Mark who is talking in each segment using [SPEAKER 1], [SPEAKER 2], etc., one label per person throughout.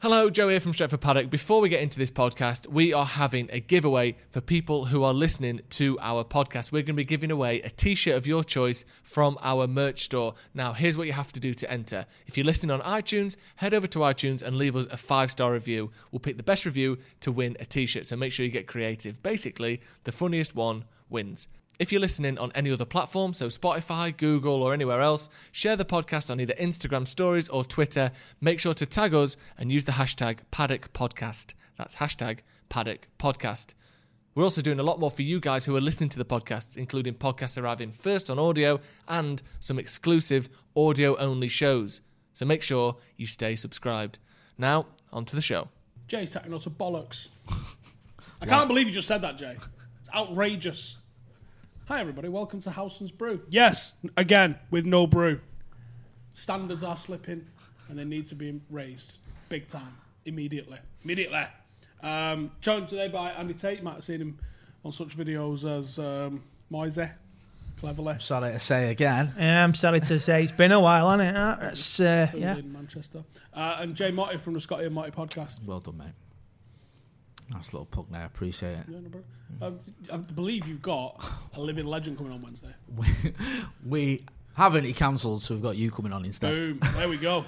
[SPEAKER 1] Hello, Joe here from Stretford Paddock. Before we get into this podcast, we are having a giveaway for people who are listening to our podcast. We're going to be giving away a t shirt of your choice from our merch store. Now, here's what you have to do to enter. If you're listening on iTunes, head over to iTunes and leave us a five star review. We'll pick the best review to win a t shirt, so make sure you get creative. Basically, the funniest one wins. If you're listening on any other platform, so Spotify, Google, or anywhere else, share the podcast on either Instagram stories or Twitter. Make sure to tag us and use the hashtag Paddock Podcast. That's hashtag Paddock Podcast. We're also doing a lot more for you guys who are listening to the podcasts, including podcasts arriving first on audio and some exclusive audio only shows. So make sure you stay subscribed. Now, on to the show.
[SPEAKER 2] Jay's taking lots of bollocks. I can't believe you just said that, Jay. It's outrageous. Hi, everybody. Welcome to Howson's Brew. Yes, again, with no brew. Standards are slipping and they need to be raised big time, immediately. Immediately. Um, joined today by Andy Tate. You might have seen him on such videos as um, Moise, Cleverly,
[SPEAKER 3] Sorry to say again.
[SPEAKER 4] Yeah, I'm sorry to say, it's been a while, hasn't it? Uh, It's, uh,
[SPEAKER 2] who
[SPEAKER 4] yeah.
[SPEAKER 2] in Manchester, uh, and Jay Motti from the Scotty and Motti podcast.
[SPEAKER 3] Well done, mate. Nice little pug there. Appreciate it.
[SPEAKER 2] Um, I believe you've got a living legend coming on Wednesday.
[SPEAKER 3] We haven't. He cancelled, so we've got you coming on instead.
[SPEAKER 2] Boom. There we go.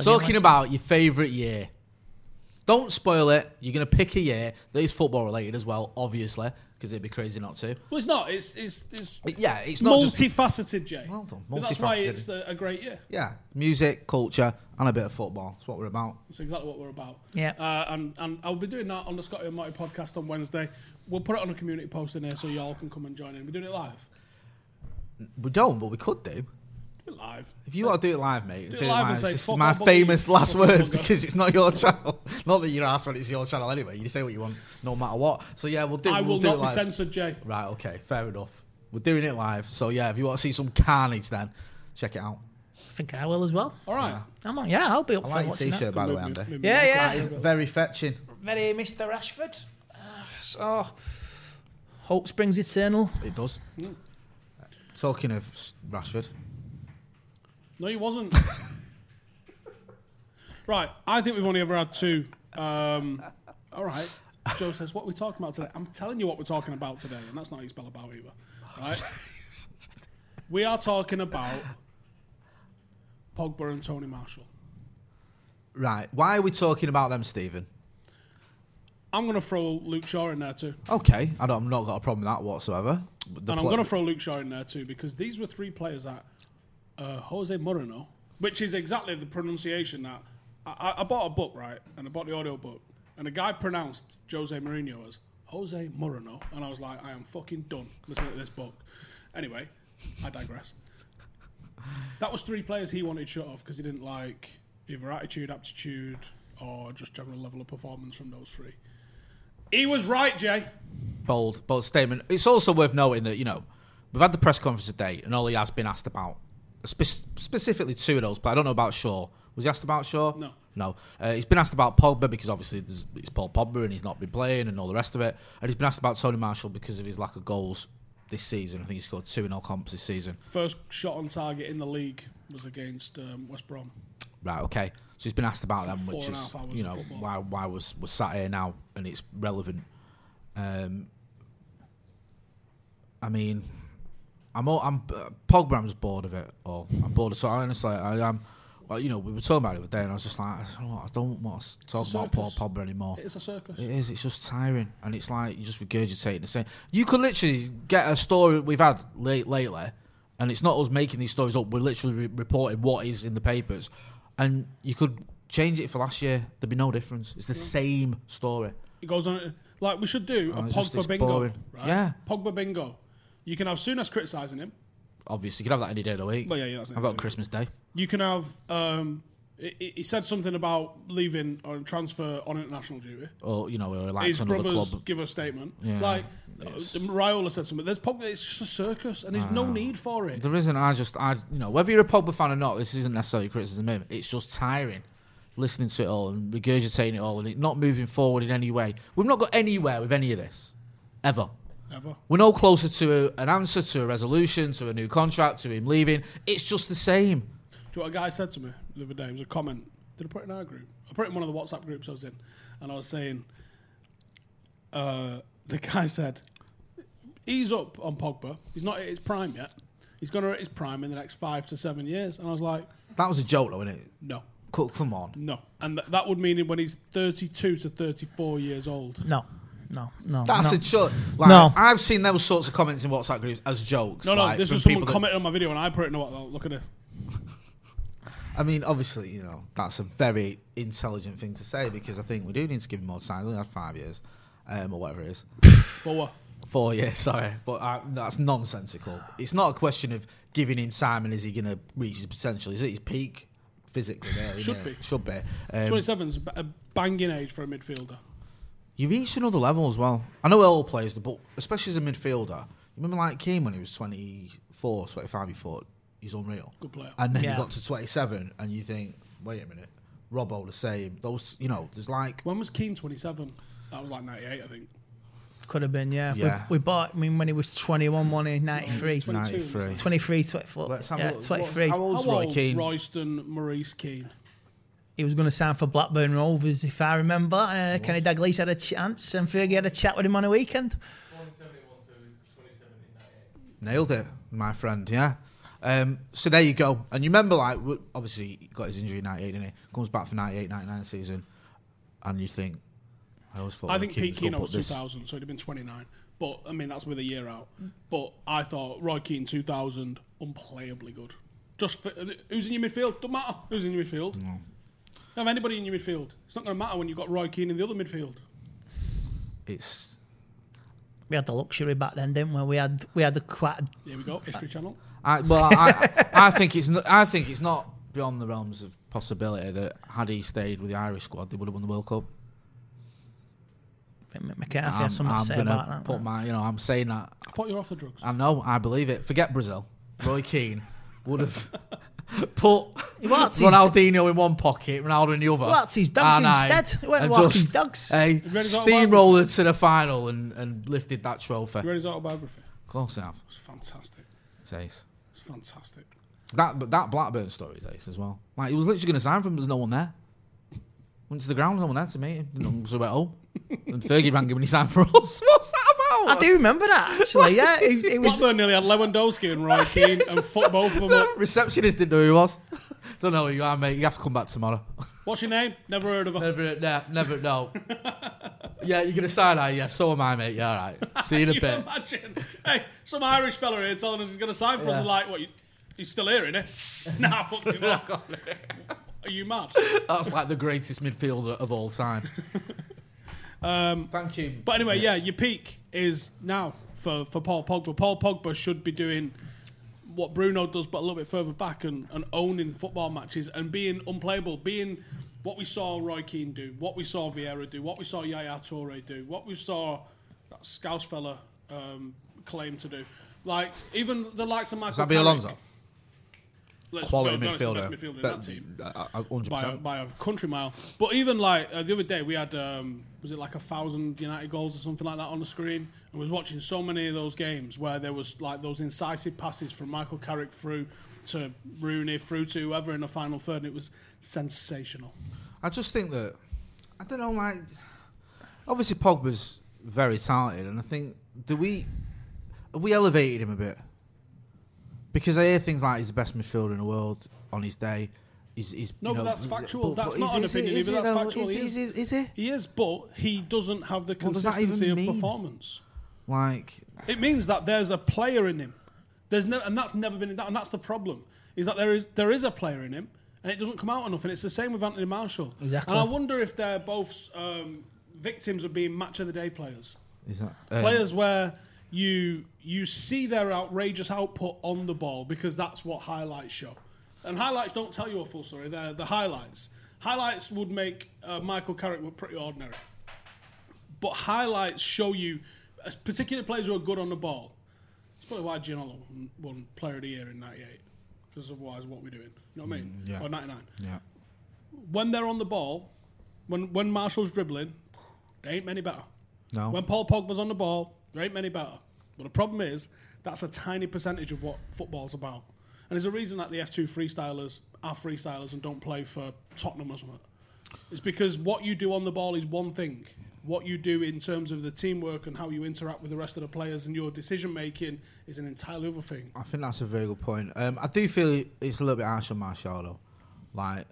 [SPEAKER 3] Talking about your favourite year. Don't spoil it. You're going to pick a year that is football related as well, obviously, because it'd be crazy not to.
[SPEAKER 2] Well, it's not. It's it's it's
[SPEAKER 3] Yeah, it's not just.
[SPEAKER 2] multifaceted, Jay.
[SPEAKER 3] Well done,
[SPEAKER 2] But That's why
[SPEAKER 3] multifaceted.
[SPEAKER 2] it's the, a great year.
[SPEAKER 3] Yeah, music, culture, and a bit of football. That's what we're about.
[SPEAKER 2] That's exactly what we're about.
[SPEAKER 4] Yeah.
[SPEAKER 2] Uh, and and I'll be doing that on the Scotty and Marty podcast on Wednesday. We'll put it on a community post in there so y'all can come and join in. We're doing it live.
[SPEAKER 3] We don't, but we could do.
[SPEAKER 2] Do it live.
[SPEAKER 3] If you want to do it live, mate, do,
[SPEAKER 2] it
[SPEAKER 3] it
[SPEAKER 2] live and
[SPEAKER 3] live.
[SPEAKER 2] say,
[SPEAKER 3] It's
[SPEAKER 2] "Fuck
[SPEAKER 3] my
[SPEAKER 2] my
[SPEAKER 3] famous
[SPEAKER 2] bugger,
[SPEAKER 3] last
[SPEAKER 2] fuck my
[SPEAKER 3] words
[SPEAKER 2] bugger."
[SPEAKER 3] because it's not your channel. not that you're asked when it's your channel anyway. You say what you want, no matter what. So yeah, we'll do.
[SPEAKER 2] I
[SPEAKER 3] we'll
[SPEAKER 2] will
[SPEAKER 3] do
[SPEAKER 2] not
[SPEAKER 3] it
[SPEAKER 2] be
[SPEAKER 3] live.
[SPEAKER 2] censored, Jay.
[SPEAKER 3] Right, okay, fair enough. We're doing it live, so yeah, if you want to see some carnage, then check it out.
[SPEAKER 4] I think I will as well.
[SPEAKER 2] All right.
[SPEAKER 4] I'm on. Yeah, I'll be up
[SPEAKER 3] I
[SPEAKER 4] for
[SPEAKER 3] like your
[SPEAKER 4] watching that.
[SPEAKER 3] t-shirt, by the
[SPEAKER 2] Move-
[SPEAKER 3] way,
[SPEAKER 2] move-
[SPEAKER 3] Andy.
[SPEAKER 2] move
[SPEAKER 4] Yeah,
[SPEAKER 2] on.
[SPEAKER 4] yeah.
[SPEAKER 3] That is very fetching.
[SPEAKER 4] Very Mr. Rashford. Uh, so, hope springs eternal.
[SPEAKER 3] It does. Talking of s- Rashford,
[SPEAKER 2] No, he wasn't. right. I think we've only ever had two. Um, all right. Joe says, "What are we talking about today?" I'm telling you what we're talking about today, and that's not how you spell about either. Right? we are talking about Pogba and Tony Marshall.
[SPEAKER 3] right? Why are we talking about them, Stephen?
[SPEAKER 2] I'm going to throw Luke Shaw in there too,
[SPEAKER 3] Okay, I don't, I've not got a problem with that whatsoever. But the
[SPEAKER 2] and I'm
[SPEAKER 3] pla-
[SPEAKER 2] going to throw Luke Shaw in there too because these were three players that uh, Jose Moreno, which is exactly the pronunciation that I, I- I bought a book right, and I bought the audio book, and a guy pronounced Jose Mourinho as Jose Moreno, and I was like, I am fucking done listening to this book. Anyway, I digress. That was three players he wanted shut off because he didn't like either attitude, aptitude, or just general level of performance from those three. He was right, Jay.
[SPEAKER 3] bold, bold statement. It's also worth noting that you know we've had the press conference today, and all he has been asked about spe- specifically two of those. But I don't know about Shaw. Was he asked about Shaw?
[SPEAKER 2] No.
[SPEAKER 1] No. Uh, he's been asked about Pogba because obviously there's- it's Paul Pogba and he's not been playing and all the rest of it. And he's been asked about Tony Marshall because of his lack of goals this season. I think he scored two in all comps this season.
[SPEAKER 2] First shot on target in the league was against um, West Brom.
[SPEAKER 1] Right, okay. So he's been asked about
[SPEAKER 2] It's like
[SPEAKER 1] them,
[SPEAKER 2] four
[SPEAKER 1] which
[SPEAKER 2] and a
[SPEAKER 1] is
[SPEAKER 2] half hours
[SPEAKER 1] you
[SPEAKER 2] of
[SPEAKER 1] know
[SPEAKER 2] football.
[SPEAKER 1] why why was was sat here now and it's relevant. Um, I mean, I'm all, I'm uh, Pogba. I'm just bored of it. All I'm bored. of So honestly, I am. Well, you know, we were talking about it the other day, and I was just like, I don't, know, I don't want to talk
[SPEAKER 2] a
[SPEAKER 1] about Paul
[SPEAKER 2] circus.
[SPEAKER 1] Pogba anymore.
[SPEAKER 2] It's a circus.
[SPEAKER 1] It is. It's just tiring, and it's like you're just regurgitating the same. You could literally get a story we've had late lately, and it's not us making these stories up. We're literally re- reporting what is in the papers, and you could change it for last year. There'd be no difference. It's the same story.
[SPEAKER 2] It goes on like we should do a
[SPEAKER 1] Oh, it's just-
[SPEAKER 2] Pogba
[SPEAKER 1] it's
[SPEAKER 2] bingo.
[SPEAKER 1] boring.
[SPEAKER 2] Right?
[SPEAKER 1] Yeah.
[SPEAKER 2] Pogba bingo. You can have Sunas criticising him.
[SPEAKER 1] Obviously, you could have that any day of the week.
[SPEAKER 2] Well, yeah, yeah, that's it.
[SPEAKER 1] I've got Christmas Day.
[SPEAKER 2] You can have. Um, he- he he said something about leaving on transfer on international duty.
[SPEAKER 1] Or you know, we're like
[SPEAKER 2] His
[SPEAKER 1] to another
[SPEAKER 2] brothers
[SPEAKER 1] club.
[SPEAKER 2] give a statement.
[SPEAKER 1] Yeah,
[SPEAKER 2] like uh, Raiola said something. There's Pogba. It's just a circus, and there's no
[SPEAKER 1] Ah.
[SPEAKER 2] need for it.
[SPEAKER 1] There isn't. I just, I, you know, whether you're a Pogba fan or not, this isn't necessarily criticism of him. It's just tiring listening to it all and regurgitating it all and it not moving forward in any way. We've not got anywhere with any of this, ever.
[SPEAKER 2] Ever.
[SPEAKER 1] We're no closer to an answer, to a resolution, to a new contract, to him leaving. It's just the same.
[SPEAKER 2] Do you know what a guy said to me the other day? It was a comment. Did I put it in our group? I put it in one of the WhatsApp groups I was in, and I was saying, uh, the guy said, "Ease up on Pogba. He's not at his prime yet. He's going to hit his prime in the next five to seven years." And I was like,
[SPEAKER 1] That was a joke, though, wasn't it?
[SPEAKER 2] "No,
[SPEAKER 1] Co- Come on.
[SPEAKER 2] no." And th- that would mean him when he's thirty-two to thirty-four years old.
[SPEAKER 4] No, no, no.
[SPEAKER 1] That's
[SPEAKER 4] no.
[SPEAKER 1] a joke. Like,
[SPEAKER 4] No.
[SPEAKER 1] I've seen those sorts of comments in WhatsApp groups as jokes.
[SPEAKER 2] No, no.
[SPEAKER 1] like,
[SPEAKER 2] this
[SPEAKER 1] from
[SPEAKER 2] was someone
[SPEAKER 1] people that-
[SPEAKER 2] commenting on my video, and I put it in. the WhatsApp. Look at this.
[SPEAKER 1] I mean, obviously, you know, that's a very intelligent thing to say because I think we do need to give him more time. He's only had five years, um, or whatever it is.
[SPEAKER 2] But what?
[SPEAKER 1] Four years, sorry. But uh, that's nonsensical. It's not a question of giving him time and is he going to reach his potential. Is it his peak physically? There,
[SPEAKER 2] Should
[SPEAKER 1] innit?
[SPEAKER 2] be.
[SPEAKER 1] Should be. Um,
[SPEAKER 2] Twenty-seven's b- a banging age for a midfielder.
[SPEAKER 1] you reach another level as well. I know all players, do, but especially as a midfielder. You remember like Keane when he was 24, 25, you thought he's unreal.
[SPEAKER 2] Good player.
[SPEAKER 1] And then you
[SPEAKER 4] Yeah.
[SPEAKER 1] got to 27 and you think, wait a minute, Robbo the same. Those, you know, there's like
[SPEAKER 2] When was Keane twenty-seven? That was like ninety-eight, I think.
[SPEAKER 4] Could have been, yeah.
[SPEAKER 1] Yeah.
[SPEAKER 4] We, we bought, I mean, when he was 21, one in 93.
[SPEAKER 1] 93.
[SPEAKER 4] 23, 24.
[SPEAKER 1] Let's have a
[SPEAKER 4] yeah,
[SPEAKER 1] look.
[SPEAKER 4] 23.
[SPEAKER 1] How old's
[SPEAKER 2] How
[SPEAKER 1] Roy
[SPEAKER 2] old's
[SPEAKER 1] Keane?
[SPEAKER 2] Royston Maurice Keane.
[SPEAKER 4] He was going to sign for Blackburn Rovers, if I remember. Uh, Kenny Dalglish had a chance, and Fergie had a chat with him on a weekend.
[SPEAKER 1] Nailed it, my friend. Yeah. Um, so there you go. And you remember, like, w- obviously he got his injury in '98, didn't he? Comes back for '98, '99 season, and you think, I always thought.
[SPEAKER 2] I
[SPEAKER 1] Roy
[SPEAKER 2] think
[SPEAKER 1] Keane
[SPEAKER 2] Pete
[SPEAKER 1] good,
[SPEAKER 2] Keane was
[SPEAKER 1] but this-
[SPEAKER 2] 2000, so he'd have been 29. But I mean, that's with a year out. But I thought Roy Keane 2000 unplayably good. Just for, who's in your midfield? Don't matter who's in your midfield. Have anybody in your midfield? It's not going to matter when you've got Roy Keane in the other midfield.
[SPEAKER 1] It's
[SPEAKER 4] We had the luxury back then, didn't we? We had we had the quite
[SPEAKER 2] Here we go, History Channel.
[SPEAKER 1] I, well, I, I think it's not, I think it's not beyond the realms of possibility that had he stayed with the Irish squad, they would have won the World Cup.
[SPEAKER 4] I think McCarthy
[SPEAKER 1] I'm,
[SPEAKER 4] had something
[SPEAKER 1] I'm
[SPEAKER 4] to say
[SPEAKER 1] gonna
[SPEAKER 4] about that.
[SPEAKER 1] put my, you know, I'm saying that.
[SPEAKER 2] I thought you were off the drugs.
[SPEAKER 1] I know, I believe it. Forget Brazil. Roy Keane would have put
[SPEAKER 4] walked his-
[SPEAKER 1] Ronaldinho in one pocket, Ronaldo in the other.
[SPEAKER 4] He walked his dogs
[SPEAKER 1] and Ah, I-
[SPEAKER 4] instead. He went and
[SPEAKER 1] and
[SPEAKER 4] walked his
[SPEAKER 1] just
[SPEAKER 4] dogs.
[SPEAKER 1] A
[SPEAKER 2] got
[SPEAKER 1] steamroller to the final and, and lifted that trophy.
[SPEAKER 2] You read his autobiography?
[SPEAKER 1] Of course, I have.
[SPEAKER 2] It's fantastic.
[SPEAKER 1] It's ace.
[SPEAKER 2] It's fantastic.
[SPEAKER 1] That, but that Blackburn story is ace as well. Like, he was literally going to sign for him, there's no one there. Went to the ground, no one there to meet him. You know, so he went home. And Fergie rang him when he signed for us. What's that
[SPEAKER 4] I
[SPEAKER 1] about?
[SPEAKER 4] do remember that actually. Yeah, it, it was.
[SPEAKER 2] Blackburn nearly had Lewandowski and Roy Keane and fucked both of them up.
[SPEAKER 1] Receptionist didn't know who he was. Don't know who you are, mate. You have to come back tomorrow.
[SPEAKER 2] What's your name? Never heard of her.
[SPEAKER 1] Never, nah, never, no. yeah, you're gonna sign out. Yeah, so am I, mate. Yeah, all right. See you in a
[SPEAKER 2] you
[SPEAKER 1] bit.
[SPEAKER 2] imagine? Hey, some Irish fella here telling us he's going to sign for us.
[SPEAKER 1] Yeah.
[SPEAKER 2] We're like, what? You, he's still here, innit? nah, I fucked him off. Are you mad?
[SPEAKER 1] That's like the greatest midfielder of all time. um, Thank you.
[SPEAKER 2] But anyway, yeah, your peak is now for, for Paul Pogba. Paul Pogba should be doing what Bruno does, but a little bit further back and, and owning football matches and being unplayable, being what we saw Roy Keane do, what we saw Vieira do, what we saw Yaya Toure do, what we saw that Scouse fella um, claim to do. Like, even the likes of Michael
[SPEAKER 1] Xabi
[SPEAKER 2] Carrick-
[SPEAKER 1] Alonso.
[SPEAKER 2] Let's-
[SPEAKER 1] quality
[SPEAKER 2] no, no, it's the
[SPEAKER 1] midfielder. uh,
[SPEAKER 2] best midfielder in
[SPEAKER 1] But-
[SPEAKER 2] that team.
[SPEAKER 1] I- I- 100%.
[SPEAKER 2] by a, by a country mile. But even like uh, the other day, we had um, was it like a thousand United goals or something like that on the screen, and was watching so many of those games where there was like those incisive passes from Michael Carrick through to Rooney, through to whoever in the final third, and it was sensational.
[SPEAKER 1] I just think that I don't know. Like, obviously Pogba's very talented, and I think do we have we elevated him a bit because I hear things like he's the best midfielder in the world on his day. He's, he's
[SPEAKER 2] No,
[SPEAKER 1] you
[SPEAKER 2] but
[SPEAKER 1] know,
[SPEAKER 2] that's
[SPEAKER 1] he's-
[SPEAKER 2] factual. That's
[SPEAKER 1] is-
[SPEAKER 2] not an
[SPEAKER 1] is he-
[SPEAKER 2] opinion
[SPEAKER 1] is
[SPEAKER 2] either,
[SPEAKER 1] he
[SPEAKER 2] that's
[SPEAKER 1] though?
[SPEAKER 2] factual,
[SPEAKER 1] Is,
[SPEAKER 2] he
[SPEAKER 1] is,
[SPEAKER 2] is.
[SPEAKER 1] he- is he?
[SPEAKER 2] He is, but he doesn't have the
[SPEAKER 1] What does that even
[SPEAKER 2] consistency of
[SPEAKER 1] mean?
[SPEAKER 2] performance.
[SPEAKER 1] Like,
[SPEAKER 2] It means that there's a player in him. There's no, and that's never been that, and that's the problem. Is that there is there is a player in him, and it doesn't come out enough. And it's the same with Anthony Marshall.
[SPEAKER 4] Exactly.
[SPEAKER 2] And I wonder if they're both um, victims of being match of the day players,
[SPEAKER 1] is that um,
[SPEAKER 2] players where you you see their outrageous output on the ball because that's what highlights show, and highlights don't tell you a full story. They're the highlights. Highlights would make uh, Michael Carrick look pretty ordinary but highlights show you uh, particular players who are good on the ball. It's probably why Ginola won, won Player of the Year in '98, because otherwise, what we're doing, you know what I mean?
[SPEAKER 1] Mm, yeah.
[SPEAKER 2] Or '99.
[SPEAKER 1] Yeah.
[SPEAKER 2] When they're on the ball, when when Marshall's dribbling, there ain't many better.
[SPEAKER 1] No.
[SPEAKER 2] When Paul Pogba's on the ball, there ain't many better. But the problem is, that's a tiny percentage of what football's about. And there's a reason that the F2 freestylers are freestylers and don't play for Tottenham or something. It's because what you do on the ball is one thing. What you do in terms of the teamwork and how you interact with the rest of the players and your decision making is an entirely other thing.
[SPEAKER 1] I think that's a very good point. Um, I do feel it's a little bit harsh on Martial though. Like,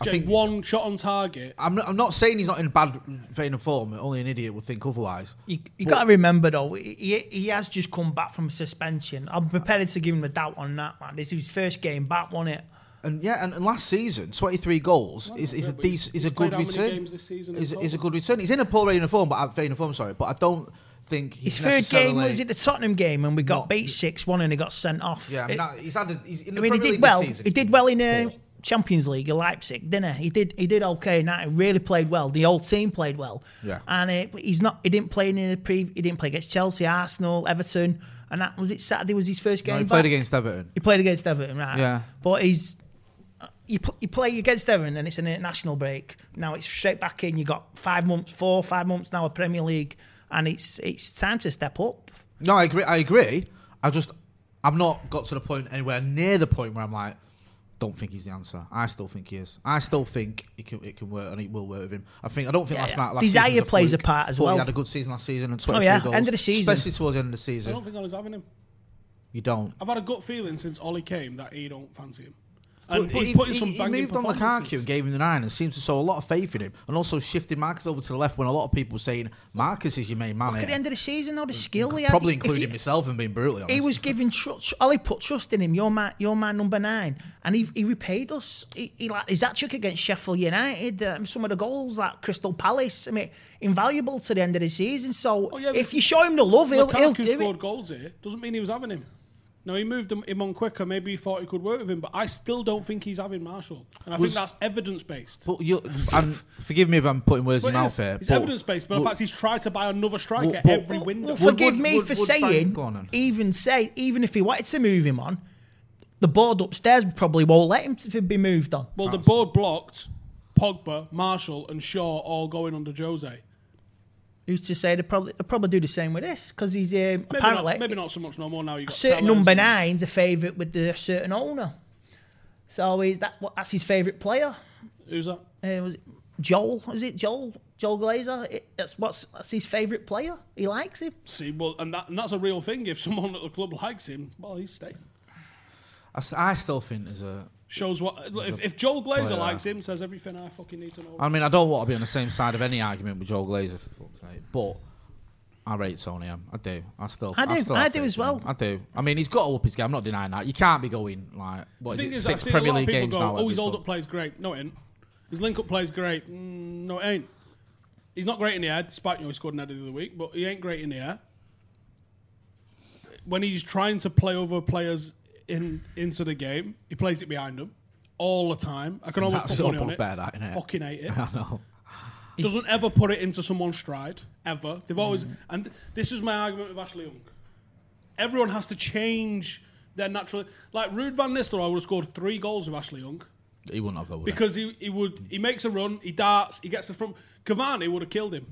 [SPEAKER 1] I
[SPEAKER 2] Jake,
[SPEAKER 1] think
[SPEAKER 2] one shot on target.
[SPEAKER 1] I'm not, I'm not saying he's not in bad vein of form. Only an idiot would think otherwise.
[SPEAKER 4] You, you got to remember though, he, he has just come back from suspension. I'm prepared to give him a doubt on that, man. This is his first game back, wasn't it?
[SPEAKER 1] And yeah, and, and last season, twenty three goals is, is
[SPEAKER 2] yeah,
[SPEAKER 1] a
[SPEAKER 2] but he's-
[SPEAKER 1] decent, is
[SPEAKER 2] he's
[SPEAKER 1] a
[SPEAKER 2] played
[SPEAKER 1] good
[SPEAKER 2] how many
[SPEAKER 1] return.
[SPEAKER 2] games this season
[SPEAKER 1] is,
[SPEAKER 2] as well?
[SPEAKER 1] is a good return. He's in a poor vein of form, but uh, vein of form. Sorry, but I don't think
[SPEAKER 4] His
[SPEAKER 1] he's
[SPEAKER 4] third game
[SPEAKER 1] necessarily-
[SPEAKER 4] was it the Tottenham game, and we got
[SPEAKER 1] Not-
[SPEAKER 4] beat six one, and he got sent off.
[SPEAKER 1] Yeah, I mean,
[SPEAKER 4] It-
[SPEAKER 1] that- he's had. A, he's in the
[SPEAKER 4] I mean, he
[SPEAKER 1] Premier League
[SPEAKER 4] did
[SPEAKER 1] this
[SPEAKER 4] well.
[SPEAKER 1] season,
[SPEAKER 4] He
[SPEAKER 1] he's
[SPEAKER 4] did
[SPEAKER 1] been
[SPEAKER 4] well in uh,
[SPEAKER 1] poor.
[SPEAKER 4] Champions League in Leipzig, didn't he? He did. He did okay. Now he really played well. The whole team played well.
[SPEAKER 1] Yeah.
[SPEAKER 4] And uh, but he's not. He didn't play in the pre. He didn't play against Chelsea, Arsenal, Everton, and that was it. Saturday was his first game.
[SPEAKER 1] No, he
[SPEAKER 4] back?
[SPEAKER 1] played against Everton.
[SPEAKER 4] He played against Everton, right?
[SPEAKER 1] Yeah.
[SPEAKER 4] But he's you, pl- you play against Everton, and it's an international break. Now it's straight back in. You got five months, four five months now of Premier League, and it's it's time to step up.
[SPEAKER 1] No, I agree. I agree. I just, I've not got to the point anywhere near the point where I'm like, don't think he's the answer. I still think he is. I still think it can it can work and it will work with him. I think I don't think
[SPEAKER 4] Yeah,
[SPEAKER 1] last
[SPEAKER 4] yeah.
[SPEAKER 1] night last
[SPEAKER 4] Desire
[SPEAKER 1] season was
[SPEAKER 4] plays a
[SPEAKER 1] fluke,
[SPEAKER 4] part as
[SPEAKER 1] but
[SPEAKER 4] well.
[SPEAKER 1] He had a good season last season and 23
[SPEAKER 4] Oh, yeah,
[SPEAKER 1] goals,
[SPEAKER 4] end of the season.
[SPEAKER 1] especially towards the end of the
[SPEAKER 2] I don't
[SPEAKER 1] season.
[SPEAKER 2] think I was having him.
[SPEAKER 1] You don't.
[SPEAKER 2] I've had a gut feeling since Ollie came that he don't fancy him. And
[SPEAKER 1] But- but
[SPEAKER 2] he's
[SPEAKER 1] he-
[SPEAKER 2] putting
[SPEAKER 1] he-
[SPEAKER 2] some
[SPEAKER 1] he
[SPEAKER 2] banging
[SPEAKER 1] moved on
[SPEAKER 2] performances.
[SPEAKER 1] Lukaku and gave him the nine and seems to show a lot of faith in him and also shifted Marcus over to the left when a lot of people were saying Marcus is your main man.
[SPEAKER 4] Look at the
[SPEAKER 1] here.
[SPEAKER 4] end of the season, though, the skill he had.
[SPEAKER 1] Probably
[SPEAKER 4] If
[SPEAKER 1] including
[SPEAKER 4] he-
[SPEAKER 1] myself and being brutally honest.
[SPEAKER 4] He was giving trust. Ollie put trust in him. Your man, your man number nine, and he he repaid us. He, he like his hat trick against Sheffield United. Um, some of the goals at Crystal Palace. I mean, invaluable to the end of the season. So
[SPEAKER 2] Oh, yeah,
[SPEAKER 4] if
[SPEAKER 2] but-
[SPEAKER 4] you show him the love, he'll, he'll
[SPEAKER 2] Lukaku
[SPEAKER 4] do
[SPEAKER 2] scored
[SPEAKER 4] it.
[SPEAKER 2] goals here. Doesn't mean he was having him. No, he moved him- him on quicker. Maybe he thought he could work with him, but I still don't think he's having Marshall. And I
[SPEAKER 1] Was-
[SPEAKER 2] think that's evidence based.
[SPEAKER 1] But you, and forgive me if I'm putting words in your mouth
[SPEAKER 2] It's,
[SPEAKER 1] here.
[SPEAKER 2] it's
[SPEAKER 1] but-
[SPEAKER 2] evidence based, but in
[SPEAKER 1] but-
[SPEAKER 2] fact, he's tried to buy another striker
[SPEAKER 1] Well, but-
[SPEAKER 2] every
[SPEAKER 1] Well,
[SPEAKER 2] window.
[SPEAKER 4] Well,
[SPEAKER 1] Would-
[SPEAKER 4] forgive
[SPEAKER 1] would-
[SPEAKER 4] me
[SPEAKER 1] would-
[SPEAKER 4] for
[SPEAKER 1] would Bang-
[SPEAKER 4] saying,
[SPEAKER 1] go on then.
[SPEAKER 4] even say, even if he wanted to move him on, the board upstairs probably won't let him to be moved on.
[SPEAKER 2] Well, the board blocked Pogba, Marshall, and Shaw all going under Jose.
[SPEAKER 4] Who's to say they probably they probably do the same with this because he's um,
[SPEAKER 2] Maybe
[SPEAKER 4] apparently
[SPEAKER 2] not, maybe not so much no more now. You got
[SPEAKER 4] certain
[SPEAKER 2] Tellez
[SPEAKER 4] number
[SPEAKER 2] and-
[SPEAKER 4] nine's a favourite with the certain owner. So he, that what- that's his favourite player.
[SPEAKER 2] Who's that?
[SPEAKER 4] Uh, was it Joel? Is it Joel? Joel Glazer? It, that's what's that's his favourite player. He likes him.
[SPEAKER 2] See, well, and, that, and that's a real thing. If someone at the club likes him, well, he's staying.
[SPEAKER 1] I s- I still think there's a.
[SPEAKER 2] Shows what if, if Joel Glazer
[SPEAKER 1] player.
[SPEAKER 2] likes him, says everything I fucking need to know.
[SPEAKER 1] I mean, I don't want to be on the same side of any argument with Joel Glazer, for fuck's sake. But I rate Tony. I do. I still.
[SPEAKER 4] I do.
[SPEAKER 1] still
[SPEAKER 4] I
[SPEAKER 1] have
[SPEAKER 4] do
[SPEAKER 1] faith
[SPEAKER 4] as
[SPEAKER 1] in him.
[SPEAKER 4] well.
[SPEAKER 1] I do. I mean, he's got to up his game. I'm not denying that. You can't be going like what is
[SPEAKER 2] The thing
[SPEAKER 1] it?
[SPEAKER 2] is, I
[SPEAKER 1] six
[SPEAKER 2] see a
[SPEAKER 1] Premier
[SPEAKER 2] lot of
[SPEAKER 1] League
[SPEAKER 2] people
[SPEAKER 1] games
[SPEAKER 2] go,
[SPEAKER 1] now.
[SPEAKER 2] Oh,
[SPEAKER 1] he's
[SPEAKER 2] his old up plays great. No, it ain't. His link up plays great. Mm, no, it ain't. He's not great in the air, despite you know he scored an header the other week, but he ain't great in the air. When he's trying to play over players in into the game, he plays it behind them all the time. I can always
[SPEAKER 1] That's
[SPEAKER 2] put money
[SPEAKER 1] so
[SPEAKER 2] on it.
[SPEAKER 1] bad, that, innit?
[SPEAKER 2] Fucking hate it.
[SPEAKER 1] I know.
[SPEAKER 2] Doesn't ever put it into someone's stride ever. They've always and th- this is my argument with Ashley Young. Everyone has to change They're naturally like Rude Van Nistelrooy would have scored three goals with Ashley Young
[SPEAKER 1] He wouldn't have that. Would he?
[SPEAKER 2] because he, he would he makes a run, he darts, he gets the front. Cavani would have killed him,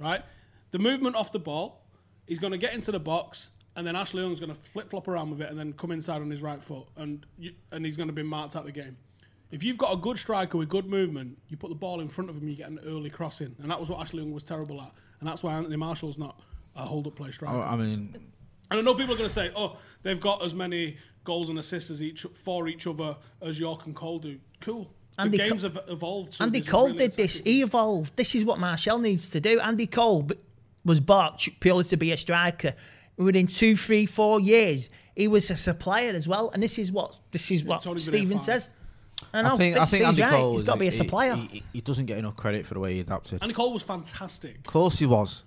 [SPEAKER 2] right? The movement off the ball, he's going to get into the box, and then Ashley Young's going to flip flop around with it, and then come inside on his right foot, and you, and he's going to be marked out of the game. If you've got a good striker with good movement, you put the ball in front of him, you get an early crossing, and that was what Ashley Young was terrible at, and that's why Anthony Marshall's not a hold up play striker.
[SPEAKER 1] I I mean,
[SPEAKER 2] And I know people are going to say, "Oh, they've got as many goals and assists as each for each other as York and Cole do." Cool.
[SPEAKER 4] Andy
[SPEAKER 2] the
[SPEAKER 4] Co-
[SPEAKER 2] games have evolved. To
[SPEAKER 4] Andy
[SPEAKER 2] this
[SPEAKER 4] Cole
[SPEAKER 2] really
[SPEAKER 4] did this.
[SPEAKER 2] attacking-
[SPEAKER 4] He evolved. This is what Marshall needs to do. Andy Cole b- was bought purely to be a striker. Within two, three, four years, he was a supplier as well. And this is what this is what
[SPEAKER 2] Tony Blair
[SPEAKER 4] Stephen
[SPEAKER 2] five.
[SPEAKER 4] says. I know.
[SPEAKER 1] I think I
[SPEAKER 4] this-
[SPEAKER 1] think
[SPEAKER 4] he's
[SPEAKER 1] Andy
[SPEAKER 4] right.
[SPEAKER 1] Cole
[SPEAKER 4] he's got to be a
[SPEAKER 1] he-
[SPEAKER 4] supplier.
[SPEAKER 1] He, he, he doesn't get enough credit for the way he
[SPEAKER 4] e-
[SPEAKER 1] adapted.
[SPEAKER 2] Andy Cole was fantastic.
[SPEAKER 1] Of course, he was,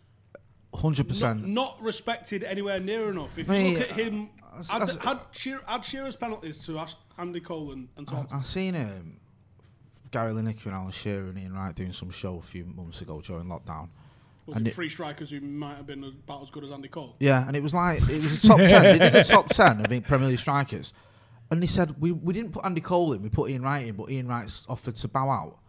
[SPEAKER 1] hundred
[SPEAKER 2] Not,
[SPEAKER 1] percent.
[SPEAKER 2] not respected anywhere near enough. If you
[SPEAKER 1] Mate,
[SPEAKER 2] look
[SPEAKER 4] uh,
[SPEAKER 2] at him,
[SPEAKER 1] that's-
[SPEAKER 2] add,
[SPEAKER 1] that's-
[SPEAKER 2] add, Shear, add Shearer's penalties to Ash, Andy Cole and, and
[SPEAKER 4] Uh,
[SPEAKER 2] Todd.
[SPEAKER 1] I've seen um, Gary Lineker and Alan Shearer and Ian Wright doing some show a few months ago during lockdown.
[SPEAKER 2] Was it three strikers who might have been about as good as Andy Cole.
[SPEAKER 1] Yeah, and it was like it was a top ten. They did a top ten of the Premier League strikers, and they said we, we didn't put Andy Cole in, we put Ian Wright in, but Ian Wright's offered to bow out.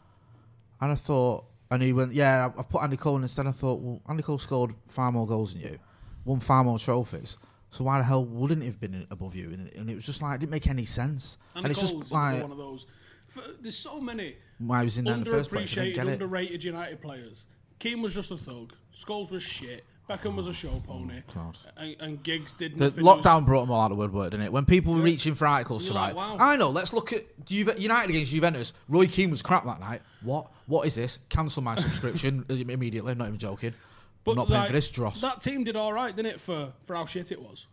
[SPEAKER 1] And I thought, and he went, yeah, I- I've put Andy Cole in instead. I thought, well, Andy Cole scored far more goals than you, won far more trophies. So why the hell wouldn't he have been in- above you? And, and it was just like it didn't make any sense.
[SPEAKER 2] Andy
[SPEAKER 1] and it's
[SPEAKER 2] Cole's
[SPEAKER 1] just
[SPEAKER 2] another
[SPEAKER 1] like
[SPEAKER 2] one of those. For, there's so many
[SPEAKER 1] why he was in there in the first place. I didn't
[SPEAKER 2] underappreciated,
[SPEAKER 1] get it.
[SPEAKER 2] underrated United players. Keane was just a thug. Scholes was shit. Beckham was a show pony. and, and Giggs did
[SPEAKER 1] Oh, The
[SPEAKER 2] nothing.
[SPEAKER 1] lockdown brought them all out of the woodwork, didn't it? When people were reaching for articles
[SPEAKER 2] You're
[SPEAKER 1] tonight,
[SPEAKER 2] like, wow.
[SPEAKER 1] I know. Let's look at Juve- United against Juventus. Roy Keane was crap that night. What? What is this? Cancel my subscription im- immediately. I'm not even joking. I'm not paying
[SPEAKER 2] like,
[SPEAKER 1] for this dross.
[SPEAKER 2] That team did all right, didn't it, for, for how shit it was?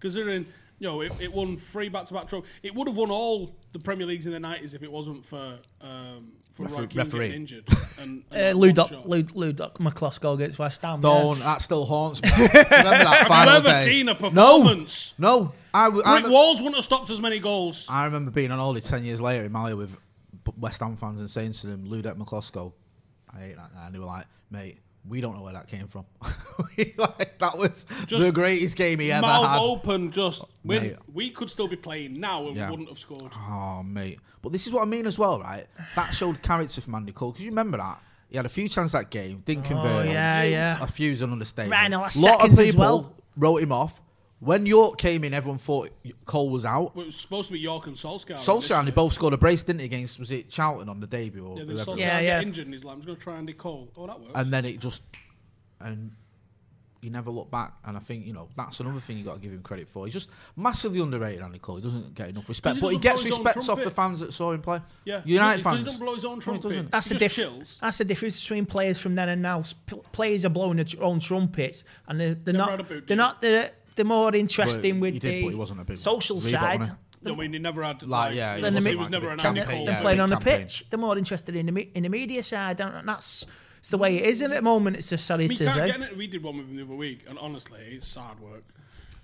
[SPEAKER 2] Considering, you know, it, it won three back-to-back trophies. It would have won all the Premier Leagues in the 90s if it wasn't for, um, for Roy
[SPEAKER 1] Referee-
[SPEAKER 2] Keane getting
[SPEAKER 1] referee.
[SPEAKER 2] injured. And, and
[SPEAKER 4] Uh,
[SPEAKER 2] that
[SPEAKER 4] Lou
[SPEAKER 2] one
[SPEAKER 4] Doc,
[SPEAKER 2] shot.
[SPEAKER 4] Lou, Lou Doc McCloskey against West Ham. yeah. Oh,
[SPEAKER 1] Don't. That still haunts me. Remember that final
[SPEAKER 2] never
[SPEAKER 1] day.
[SPEAKER 2] seen a performance.
[SPEAKER 1] No. no I, w- I,
[SPEAKER 2] Rick
[SPEAKER 1] rem-
[SPEAKER 2] Walls wouldn't have stopped as many goals.
[SPEAKER 1] I remember being on holiday ten years later in Mali with b- West Ham fans and saying to them, "Ludek McCloskey, I hate that." guy." And they were like, "Mate." We don't know where that came from. like, that was
[SPEAKER 2] Just
[SPEAKER 1] the greatest game he ever
[SPEAKER 2] Mouth
[SPEAKER 1] had.
[SPEAKER 2] open, just when
[SPEAKER 1] Mate.
[SPEAKER 2] we could still be playing now and
[SPEAKER 1] Yeah.
[SPEAKER 2] we wouldn't have scored.
[SPEAKER 1] Oh, mate. But this is what I mean as well, right? That showed character from Andy Cole. Because you remember that? He had a few chances that game, didn't convert.
[SPEAKER 4] yeah, yeah.
[SPEAKER 1] A few's an understatement.
[SPEAKER 4] Ran a lot of
[SPEAKER 1] lot of
[SPEAKER 4] seconds as
[SPEAKER 1] people
[SPEAKER 4] well.
[SPEAKER 1] wrote him off. When York came in, everyone thought Cole was out.
[SPEAKER 2] Well, it was supposed to be York and Solskjaer.
[SPEAKER 1] Solskjaer and they
[SPEAKER 2] initially.
[SPEAKER 1] both scored a brace, didn't he, against, was it Charlton on the debut or
[SPEAKER 2] Yeah, then
[SPEAKER 1] whoever?
[SPEAKER 2] Solskjaer
[SPEAKER 1] it
[SPEAKER 4] Yeah,
[SPEAKER 2] got
[SPEAKER 4] yeah.
[SPEAKER 2] injured and he's like, I'm just going to try Andy Cole. Oh, that works.
[SPEAKER 1] and then it just and you never look back and I think you know that's another thing you got to give him credit for he's just massively underrated Andy Cole he doesn't get enough respect
[SPEAKER 2] he
[SPEAKER 1] but he gets
[SPEAKER 2] doesn't blow his own
[SPEAKER 1] respects off the
[SPEAKER 2] trumpet.
[SPEAKER 1] fans that saw him play
[SPEAKER 2] Yeah, he
[SPEAKER 1] United
[SPEAKER 2] don't-
[SPEAKER 1] fans
[SPEAKER 2] he doesn't blow his own
[SPEAKER 1] No, he
[SPEAKER 2] trumpet.
[SPEAKER 1] doesn't.
[SPEAKER 4] That's
[SPEAKER 2] He
[SPEAKER 4] the
[SPEAKER 2] just
[SPEAKER 4] difference.
[SPEAKER 2] chills.
[SPEAKER 4] That's the difference between players from then and now. S- p- Players are blowing their tr- own trumpets, and they're, they're
[SPEAKER 2] had a
[SPEAKER 4] not.
[SPEAKER 2] boot,
[SPEAKER 4] They're
[SPEAKER 2] did
[SPEAKER 4] not. They're, they're more interesting
[SPEAKER 1] he
[SPEAKER 4] with
[SPEAKER 1] did, but
[SPEAKER 4] the
[SPEAKER 1] he wasn't a big
[SPEAKER 4] social
[SPEAKER 1] Reebok,
[SPEAKER 4] side
[SPEAKER 1] wasn't he?
[SPEAKER 2] I mean, he never had.
[SPEAKER 1] Like, yeah, he
[SPEAKER 2] he,
[SPEAKER 4] Then
[SPEAKER 2] was,
[SPEAKER 4] the mi-
[SPEAKER 2] never an
[SPEAKER 1] Like,
[SPEAKER 2] Andy
[SPEAKER 1] campaign,
[SPEAKER 2] Cole.
[SPEAKER 1] yeah.
[SPEAKER 4] than
[SPEAKER 2] player.
[SPEAKER 4] playing on the
[SPEAKER 1] campaign.
[SPEAKER 4] pitch. They're more interested in the me- in the media side, and and that's it's the way it is isn't it, at the moment. It's just eh? sorry
[SPEAKER 2] We,
[SPEAKER 4] to
[SPEAKER 2] can't
[SPEAKER 4] say.
[SPEAKER 2] get it. we did one with him the other week, and honestly, it's hard work.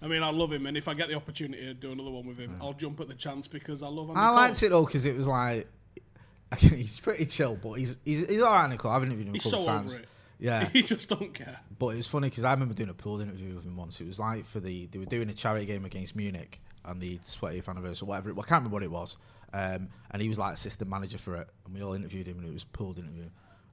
[SPEAKER 2] I mean, I love him, and if I get the opportunity to do another one with him, I'll jump at the chance because I love Andy
[SPEAKER 1] I
[SPEAKER 2] Cole.
[SPEAKER 1] liked it though because it was like he's pretty chill but he's he's, he's all right Andy Cole I haven't even him a
[SPEAKER 2] He's
[SPEAKER 1] couple
[SPEAKER 2] so
[SPEAKER 1] times
[SPEAKER 2] over it.
[SPEAKER 1] yeah
[SPEAKER 2] He just don't care.
[SPEAKER 1] But it was funny because I remember doing a pool interview with him once. It was like for the they were doing a charity game against Munich on the 20th anniversary, whatever. It, well, I can't remember what it was. Um, and he was like assistant manager for it, and we all interviewed him, and it was a pool interview.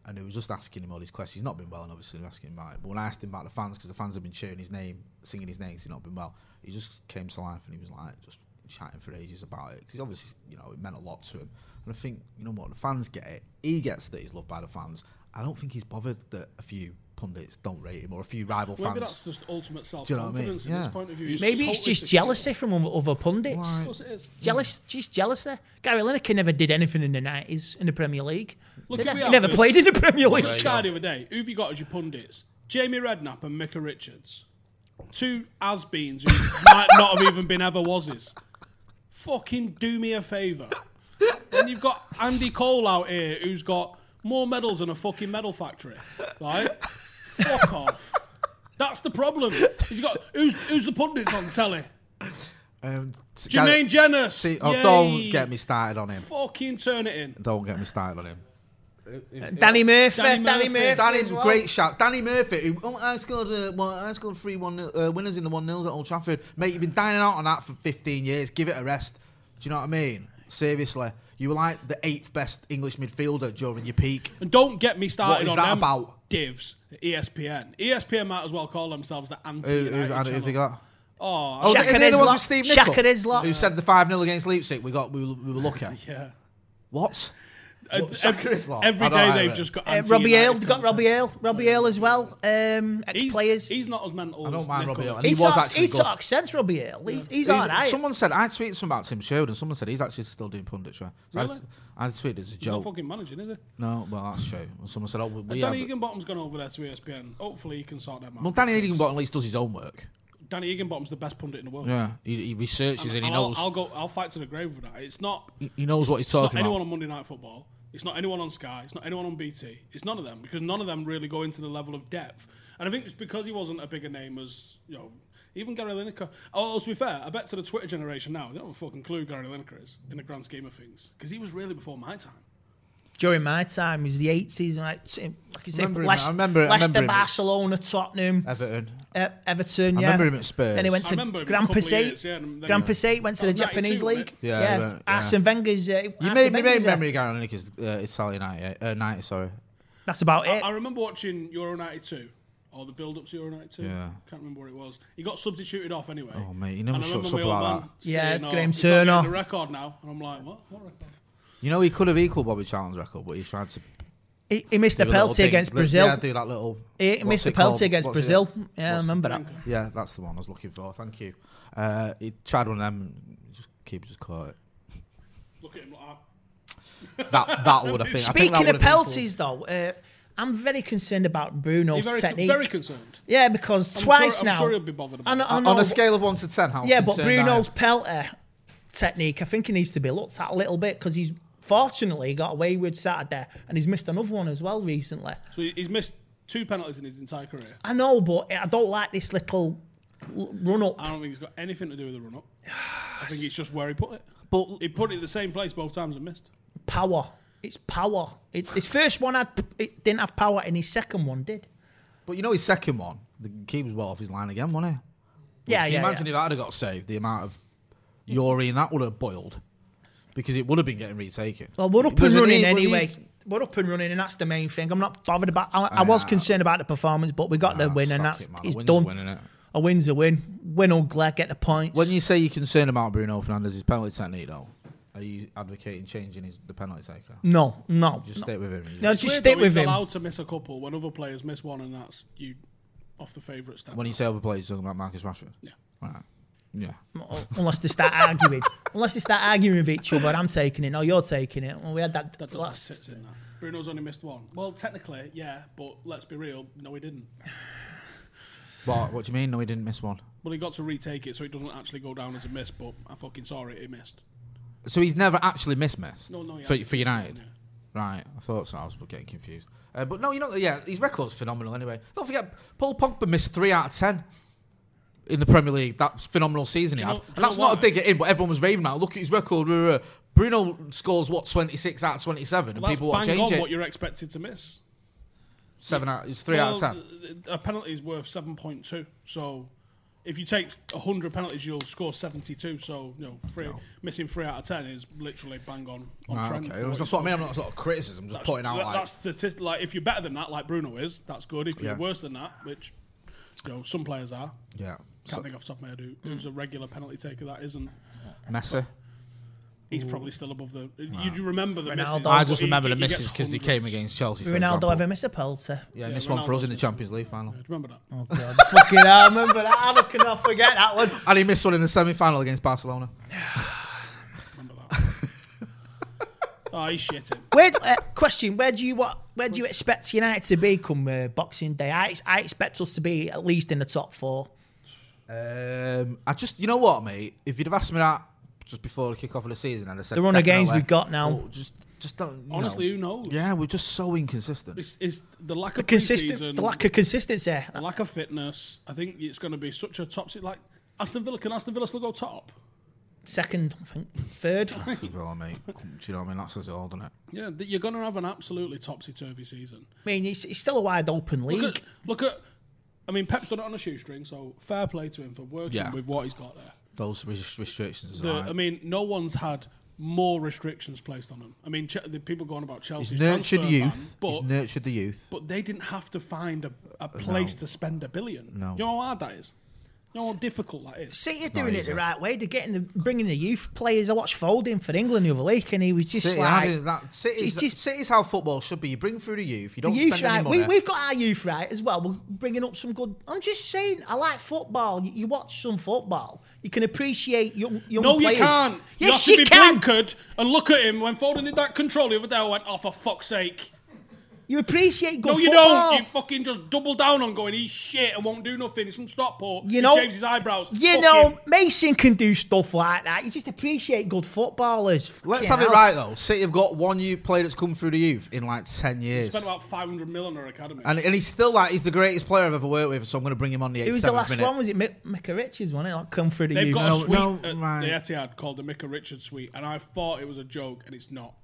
[SPEAKER 1] And it was just asking him all these questions. He's not been well, and obviously, I'm asking him about it. But when I asked him about the fans, because the fans have been cheering his name, singing his name, 'cause he's not been well. He just came to life, and he was like just chatting for ages about it because obviously, you know, it meant a lot to him. And I think, you know what, the fans get it. He gets that he's loved by the fans. I don't think he's bothered that a few pundits don't rate him or a few rival
[SPEAKER 2] Maybe that's
[SPEAKER 1] fans.
[SPEAKER 2] just ultimate self
[SPEAKER 1] Do you know what I mean?
[SPEAKER 2] confidence in his
[SPEAKER 1] Yeah.
[SPEAKER 2] point of view. He's
[SPEAKER 4] Maybe it's
[SPEAKER 2] totally
[SPEAKER 4] just
[SPEAKER 2] secure.
[SPEAKER 4] jealousy from other- other pundits.
[SPEAKER 2] Of course it is.
[SPEAKER 4] Jealous, just jealousy. Gary Lineker never did anything in the nineties in the Premier League.
[SPEAKER 2] Look,
[SPEAKER 4] Did
[SPEAKER 2] if
[SPEAKER 4] he?
[SPEAKER 2] we
[SPEAKER 4] He
[SPEAKER 2] are
[SPEAKER 4] never
[SPEAKER 2] first-
[SPEAKER 4] played in the Premier
[SPEAKER 2] Well,
[SPEAKER 4] League.
[SPEAKER 2] it's Sky the other day. Who've you got as your pundits? Jamie Redknapp and Micah Richards. Two as beans who might not have even been ever wases. Fucking do me a favour. And you've got Andy Cole out here who's got more medals than a fucking medal factory. Like, fuck off. That's the problem. He's got who's who's the pundits on telly?
[SPEAKER 1] Um,
[SPEAKER 2] Jermaine Jenner,
[SPEAKER 1] See, oh,
[SPEAKER 2] yay.
[SPEAKER 1] don't get me started on him.
[SPEAKER 2] Fucking turn it in.
[SPEAKER 1] Don't get me started on him.
[SPEAKER 4] Danny Murphy.
[SPEAKER 2] Danny
[SPEAKER 4] Danny,
[SPEAKER 2] Murphy.
[SPEAKER 4] Murphy.
[SPEAKER 1] Danny,
[SPEAKER 4] as well.
[SPEAKER 1] great shout. Danny Murphy, who, oh, I scored, uh, one, I scored three one nil- uh, winners in the one nils at Old Trafford. Mate, you've been dining out on that for 15 years. Give it a rest. Do you know what I mean? Seriously, you were like the eighth best English midfielder during your peak.
[SPEAKER 2] And don't get me
[SPEAKER 1] What
[SPEAKER 2] started
[SPEAKER 1] is
[SPEAKER 2] on
[SPEAKER 1] that
[SPEAKER 2] them
[SPEAKER 1] about?
[SPEAKER 2] divs. E ESPN. ESPN might as well call themselves the
[SPEAKER 1] Who, who,
[SPEAKER 2] anti
[SPEAKER 1] who,
[SPEAKER 2] United.
[SPEAKER 1] have they got?
[SPEAKER 2] Oh,
[SPEAKER 1] Oh,
[SPEAKER 4] Shaq
[SPEAKER 1] the, the, the ones
[SPEAKER 4] Hislop.
[SPEAKER 1] with Steve
[SPEAKER 4] Shaq
[SPEAKER 1] Nichol,
[SPEAKER 4] Hislop.
[SPEAKER 1] who said the five 0 against Leipzig. We got we, were- we were lucky.
[SPEAKER 2] yeah.
[SPEAKER 1] What?
[SPEAKER 2] Uh,
[SPEAKER 1] What, Shaka is long. I
[SPEAKER 2] Every
[SPEAKER 1] don't
[SPEAKER 2] day
[SPEAKER 1] like
[SPEAKER 2] they've
[SPEAKER 1] it.
[SPEAKER 2] just got
[SPEAKER 4] Uh,
[SPEAKER 2] anti
[SPEAKER 4] Robbie Hale. We've got Robbie Hale. Robbie Hale as well. Um,
[SPEAKER 2] He's,
[SPEAKER 4] ex-players.
[SPEAKER 2] he's not as mental.
[SPEAKER 1] I don't
[SPEAKER 2] as
[SPEAKER 1] mind
[SPEAKER 2] Nicola.
[SPEAKER 1] Robbie Hale. And
[SPEAKER 4] he
[SPEAKER 1] he was
[SPEAKER 4] talks,
[SPEAKER 1] actually
[SPEAKER 4] he
[SPEAKER 1] good.
[SPEAKER 4] talks sense, Robbie Hale. He's, he's,
[SPEAKER 1] He's-
[SPEAKER 4] all right.
[SPEAKER 1] Someone said I tweeted something about Tim Sherwood, and someone said he's actually still doing punditry. So I
[SPEAKER 2] Really?
[SPEAKER 1] just- I, tweeted as a
[SPEAKER 2] He's not
[SPEAKER 1] joke.
[SPEAKER 2] fucking managing, is he?
[SPEAKER 1] No, well that's true. And someone said, oh, we, we have,
[SPEAKER 2] Danny Eganbottom's gone over there to E ESPN. Hopefully he can sort them out.
[SPEAKER 1] well, Danny Egan at least does his own work.
[SPEAKER 2] Danny Eganbottom's the best pundit in the world.
[SPEAKER 1] Yeah, he, he researches and he
[SPEAKER 2] I'll,
[SPEAKER 1] knows
[SPEAKER 2] I'll go. I'll fight to the grave with that. It's not.
[SPEAKER 1] he- he knows what he's
[SPEAKER 2] It's not
[SPEAKER 1] talking
[SPEAKER 2] anyone
[SPEAKER 1] about.
[SPEAKER 2] on Monday Night Football. It's not anyone on Sky. It's not anyone on BT. It's none of them because none of them really go into the level of depth. And I think it's because he wasn't a bigger name as you know. Even Gary Lineker. Oh, to be fair, I bet to the Twitter generation now, they don't have a fucking clue who Gary Lineker is in the grand scheme of things because he was really before my time.
[SPEAKER 4] During my time, it was the 80s. And like, t- like you say,
[SPEAKER 1] Remember him,
[SPEAKER 4] Leic-
[SPEAKER 1] I remember- I
[SPEAKER 4] Leicester,
[SPEAKER 1] remember him.
[SPEAKER 4] Barcelona, Tottenham,
[SPEAKER 1] Everton.
[SPEAKER 4] uh, Everton.
[SPEAKER 1] I
[SPEAKER 4] yeah.
[SPEAKER 1] remember him at Spurs.
[SPEAKER 4] Then he went
[SPEAKER 2] I
[SPEAKER 4] to
[SPEAKER 2] remember him
[SPEAKER 4] Grand
[SPEAKER 2] a couple of
[SPEAKER 4] Passate.
[SPEAKER 2] years, yeah, and then-
[SPEAKER 4] Grand Passate went to
[SPEAKER 2] Oh,
[SPEAKER 4] the
[SPEAKER 2] 92,
[SPEAKER 4] Japanese
[SPEAKER 2] wasn't
[SPEAKER 4] league.
[SPEAKER 2] it?
[SPEAKER 1] Yeah,
[SPEAKER 4] yeah.
[SPEAKER 1] right, yeah.
[SPEAKER 4] Arsene Wenger's. Uh,
[SPEAKER 1] You
[SPEAKER 4] Arsene
[SPEAKER 1] may, you may
[SPEAKER 4] Wenger's, uh,
[SPEAKER 1] remember Gary Lineker's uh, it's Saturday night, uh, uh, night. Sorry,
[SPEAKER 4] That's about
[SPEAKER 1] Eh.
[SPEAKER 4] it.
[SPEAKER 2] I remember watching Euro 92 or the build up to Euro 92.
[SPEAKER 1] Yeah.
[SPEAKER 2] Can't remember what it was. He got substituted off anyway.
[SPEAKER 1] Oh, mate, he never
[SPEAKER 2] And I
[SPEAKER 1] shuts
[SPEAKER 2] remember
[SPEAKER 1] up
[SPEAKER 2] my old
[SPEAKER 1] like
[SPEAKER 2] man
[SPEAKER 1] that.
[SPEAKER 4] Yeah,
[SPEAKER 2] saying,
[SPEAKER 4] it's
[SPEAKER 2] "Oh,
[SPEAKER 4] Graham
[SPEAKER 2] he's not getting
[SPEAKER 4] Turner."
[SPEAKER 2] The record now. And I'm like, what? What record?
[SPEAKER 1] you know he could have equalled Bobby Charlton's record, but he tried to.
[SPEAKER 4] he, he missed the
[SPEAKER 1] do a little
[SPEAKER 4] penalty
[SPEAKER 1] thing.
[SPEAKER 4] against
[SPEAKER 1] Yeah,
[SPEAKER 4] Brazil.
[SPEAKER 1] do that little.
[SPEAKER 4] He
[SPEAKER 1] what's
[SPEAKER 4] missed the
[SPEAKER 1] it called?
[SPEAKER 4] penalty against
[SPEAKER 1] What's it-
[SPEAKER 4] Brazil. Yeah, I
[SPEAKER 1] what's the-
[SPEAKER 4] remember that.
[SPEAKER 1] Yeah, that's the one I was looking for. Thank you. Uh, he tried one of them. and Just keeper just caught it.
[SPEAKER 2] Look ah. at him like that.
[SPEAKER 1] That that would I think. I think
[SPEAKER 4] Speaking
[SPEAKER 1] that
[SPEAKER 4] of
[SPEAKER 1] would've been cool.
[SPEAKER 4] penalties, though, uh, I'm very concerned about Bruno's
[SPEAKER 2] He's very,
[SPEAKER 4] technique.
[SPEAKER 2] very concerned.
[SPEAKER 4] yeah, because
[SPEAKER 2] I'm
[SPEAKER 4] twice
[SPEAKER 2] sure- I'm
[SPEAKER 4] now.
[SPEAKER 2] sure he'll be bothered about
[SPEAKER 4] I know-
[SPEAKER 2] it.
[SPEAKER 4] I
[SPEAKER 1] On-
[SPEAKER 4] know,
[SPEAKER 1] Uh, on a
[SPEAKER 4] but-
[SPEAKER 1] scale of one to ten, how?
[SPEAKER 4] Yeah, but
[SPEAKER 1] concerned I am.
[SPEAKER 4] Bruno's pelter technique, I think he needs to be looked at a little bit because he's fortunately got away with Saturday and he's missed another one as well recently.
[SPEAKER 2] So he- he's missed two penalties in his entire career.
[SPEAKER 4] I know, but I don't like this little l- run up.
[SPEAKER 2] I don't think it's got anything to do with the run up. I think it's just where he put it.
[SPEAKER 1] But
[SPEAKER 2] He put it in the same place both times and missed.
[SPEAKER 4] power. It's power. It, his first one had it didn't have power, and his second one did.
[SPEAKER 1] but you know his second one, the keeper's well off his line again, wasn't he?
[SPEAKER 4] Yeah,
[SPEAKER 1] Can
[SPEAKER 4] yeah.
[SPEAKER 1] you imagine
[SPEAKER 4] yeah.
[SPEAKER 1] if that had got saved, the amount of urine that would have boiled? Because it would have been getting retaken.
[SPEAKER 4] Well, we're up and
[SPEAKER 1] Was it-
[SPEAKER 4] running
[SPEAKER 1] was he-
[SPEAKER 4] anyway. We're up and running, and that's the main thing. I'm not bothered about. I, I was
[SPEAKER 1] Ah.
[SPEAKER 4] concerned about the performance, but we got the
[SPEAKER 1] Ah,
[SPEAKER 4] win,
[SPEAKER 1] suck
[SPEAKER 4] and that's
[SPEAKER 1] it, man. A
[SPEAKER 4] it's
[SPEAKER 1] win's a
[SPEAKER 4] done.
[SPEAKER 1] win, innit?
[SPEAKER 4] A win's a win. Win or glad, get the points.
[SPEAKER 1] When you say you're concerned about Bruno Fernandez's penalty technique, though, are you advocating changing his the penalty taker?
[SPEAKER 4] no, no,
[SPEAKER 1] Just
[SPEAKER 4] no.
[SPEAKER 1] stay with him. is it?
[SPEAKER 4] No,
[SPEAKER 2] Weird
[SPEAKER 4] just
[SPEAKER 2] though,
[SPEAKER 4] stick with
[SPEAKER 2] he's
[SPEAKER 4] him.
[SPEAKER 2] allowed to miss a couple when other players miss one, and that's you off the favourite step.
[SPEAKER 1] When you say other players, you're talking about Marcus Rashford.
[SPEAKER 2] Yeah.
[SPEAKER 1] Right. Yeah.
[SPEAKER 4] Unless they start arguing, unless they start arguing with each other, I'm taking it. No, you're taking it. Well, we had that.
[SPEAKER 2] That doesn't
[SPEAKER 4] last-
[SPEAKER 2] sit in that. Bruno's only missed one. Well, technically, yeah, but let's be real. No, he didn't.
[SPEAKER 1] What, what do you mean? No, he didn't miss one.
[SPEAKER 2] Well, he got to retake it, so it doesn't actually go down as a miss. But I fucking saw it. He missed.
[SPEAKER 1] So he's never actually missed missed
[SPEAKER 2] No, no, he
[SPEAKER 1] for,
[SPEAKER 2] hasn't
[SPEAKER 1] for
[SPEAKER 2] missed
[SPEAKER 1] United.
[SPEAKER 2] one,
[SPEAKER 1] Right, I thought so. I was getting confused. Uh, but no, you know, yeah, his record's phenomenal anyway. Don't forget, Paul Pogba missed three out of ten in the Premier League. That's phenomenal season he
[SPEAKER 2] you know-
[SPEAKER 1] had.
[SPEAKER 2] do you
[SPEAKER 1] and that's
[SPEAKER 2] know
[SPEAKER 1] not a
[SPEAKER 2] why?
[SPEAKER 1] dig at him, but everyone was raving about. Look at his record. rah, rah, rah." Bruno scores what twenty six out of twenty seven, and
[SPEAKER 2] Well, that's
[SPEAKER 1] people want to
[SPEAKER 2] bang
[SPEAKER 1] change
[SPEAKER 2] on
[SPEAKER 1] it.
[SPEAKER 2] what you're expected to miss.
[SPEAKER 1] Seven out, it's three out of ten.
[SPEAKER 2] A penalty is worth seven point two. So if you take hundred penalties, you'll score seventy two. So you know, three, missing three out of ten is literally bang on on
[SPEAKER 1] Ah,
[SPEAKER 2] trend.
[SPEAKER 1] okay,
[SPEAKER 2] for what
[SPEAKER 1] that's
[SPEAKER 2] he's-
[SPEAKER 1] what I mean. I'm not sort of criticism. just pointing out
[SPEAKER 2] That-
[SPEAKER 1] like
[SPEAKER 2] that's statistic. Like if you're better than that, like Bruno is, that's good. If you're
[SPEAKER 1] Yeah.
[SPEAKER 2] worse than that, which you know some players are.
[SPEAKER 1] yeah,
[SPEAKER 2] Can't
[SPEAKER 1] so,
[SPEAKER 2] think off the top of my head who, who's a regular penalty taker that isn't.
[SPEAKER 1] Messi.
[SPEAKER 2] He's probably still above the. You do remember the misses.
[SPEAKER 4] Ronaldo.
[SPEAKER 1] I
[SPEAKER 4] I
[SPEAKER 1] just
[SPEAKER 2] He-
[SPEAKER 1] remember the
[SPEAKER 2] he gets
[SPEAKER 1] misses because he came
[SPEAKER 2] hundreds.
[SPEAKER 1] against Chelsea. For
[SPEAKER 4] Ronaldo
[SPEAKER 1] example.
[SPEAKER 4] ever miss a penalty?
[SPEAKER 1] Yeah,
[SPEAKER 2] Yeah,
[SPEAKER 1] missed one for
[SPEAKER 2] Ronaldo
[SPEAKER 1] us in the
[SPEAKER 2] missed
[SPEAKER 1] Champions League final.
[SPEAKER 2] Do you remember that?
[SPEAKER 4] Oh god, fucking hell, I remember that. I cannot forget that one.
[SPEAKER 1] And he missed one in the semi final against Barcelona.
[SPEAKER 2] Remember that? oh, he's shitting.
[SPEAKER 4] Where, uh, question: Where do you what? Where do you expect United to be come uh, Boxing Day? I, I expect us to be at least in the top four.
[SPEAKER 1] Um, I just, you know what, mate? If you'd have asked me that just before the kick off of the season, I'd have said
[SPEAKER 4] The run of games
[SPEAKER 1] definitely.
[SPEAKER 4] we've got now.
[SPEAKER 1] Well, just, just don't. you
[SPEAKER 2] Honestly,
[SPEAKER 1] know.
[SPEAKER 2] who knows?
[SPEAKER 1] Yeah, we're just so inconsistent.
[SPEAKER 2] It's, it's the lack
[SPEAKER 4] The
[SPEAKER 2] of
[SPEAKER 4] consistent,
[SPEAKER 2] pre-season,
[SPEAKER 4] the lack of consistency.
[SPEAKER 2] the lack of fitness. I think it's going to be such a top. Like Aston Villa, can Aston Villa still go top?
[SPEAKER 4] second, I think, third.
[SPEAKER 1] That's as well, mate. Do you know what I mean? That says it all, doesn't it?
[SPEAKER 2] Yeah, th- you're going to have an absolutely topsy turvy season.
[SPEAKER 4] I mean, it's, it's still a wide open league.
[SPEAKER 2] Look at, look at, I mean, Pep's done it on a shoestring, so fair play to him for working
[SPEAKER 1] Yeah.
[SPEAKER 2] with what he's got there.
[SPEAKER 1] Those res- restrictions.
[SPEAKER 2] The,
[SPEAKER 1] are
[SPEAKER 2] I mean, no one's had more restrictions placed on them. I mean, che- the people going about Chelsea
[SPEAKER 1] he's nurtured youth.
[SPEAKER 2] but
[SPEAKER 1] he's nurtured the youth.
[SPEAKER 2] but they didn't have to find a, a place to spend a billion.
[SPEAKER 1] No.
[SPEAKER 2] you know how hard that is. You know how difficult that is.
[SPEAKER 4] City are doing it the right way. They're getting the, bringing the youth players. I watched Foden for England the other week, and he was just
[SPEAKER 1] City,
[SPEAKER 4] like,
[SPEAKER 1] I didn't- that, city's,
[SPEAKER 4] It's just-
[SPEAKER 1] city's how football should be. You bring through the youth. You don't
[SPEAKER 4] the youth
[SPEAKER 1] spend any
[SPEAKER 4] right.
[SPEAKER 1] money.
[SPEAKER 4] We, we've got our youth right as well. We're bringing up some good. I'm just saying, I like football. You, you watch some football, you can appreciate young young
[SPEAKER 2] No,
[SPEAKER 4] players.
[SPEAKER 2] you can't.
[SPEAKER 4] Yes,
[SPEAKER 2] you
[SPEAKER 4] you,
[SPEAKER 2] have to be
[SPEAKER 4] can.
[SPEAKER 2] blinkered and look at him when Foden did that control the other day. I went, oh, for fuck's sake.
[SPEAKER 4] You appreciate good
[SPEAKER 2] No, you
[SPEAKER 4] football.
[SPEAKER 2] don't. You fucking just double down on going, he's shit and won't do nothing. He's from Stockport.
[SPEAKER 4] You know-
[SPEAKER 2] he shaves his eyebrows.
[SPEAKER 4] You
[SPEAKER 2] Fuck
[SPEAKER 4] know,
[SPEAKER 2] him.
[SPEAKER 4] Mason can do stuff like that. You just appreciate good footballers. Fucking
[SPEAKER 1] Let's have it
[SPEAKER 4] hell.
[SPEAKER 1] right though. City have got one youth player that's come through the youth in like ten years,
[SPEAKER 2] spent about 500 mil on our academy.
[SPEAKER 1] and, and he's still like he's the greatest player I've ever worked with. So I'm going to bring him on the
[SPEAKER 4] Who was the
[SPEAKER 1] 87th
[SPEAKER 4] last
[SPEAKER 1] minute.
[SPEAKER 4] one? Was it Mick, Micah Richards? One it like come through the
[SPEAKER 2] They've
[SPEAKER 4] youth.
[SPEAKER 2] got a
[SPEAKER 1] No,
[SPEAKER 2] suite
[SPEAKER 1] no,
[SPEAKER 2] at
[SPEAKER 1] right.
[SPEAKER 2] the Etihad called the Micah Richards suite, and I thought it was a joke, and it's not.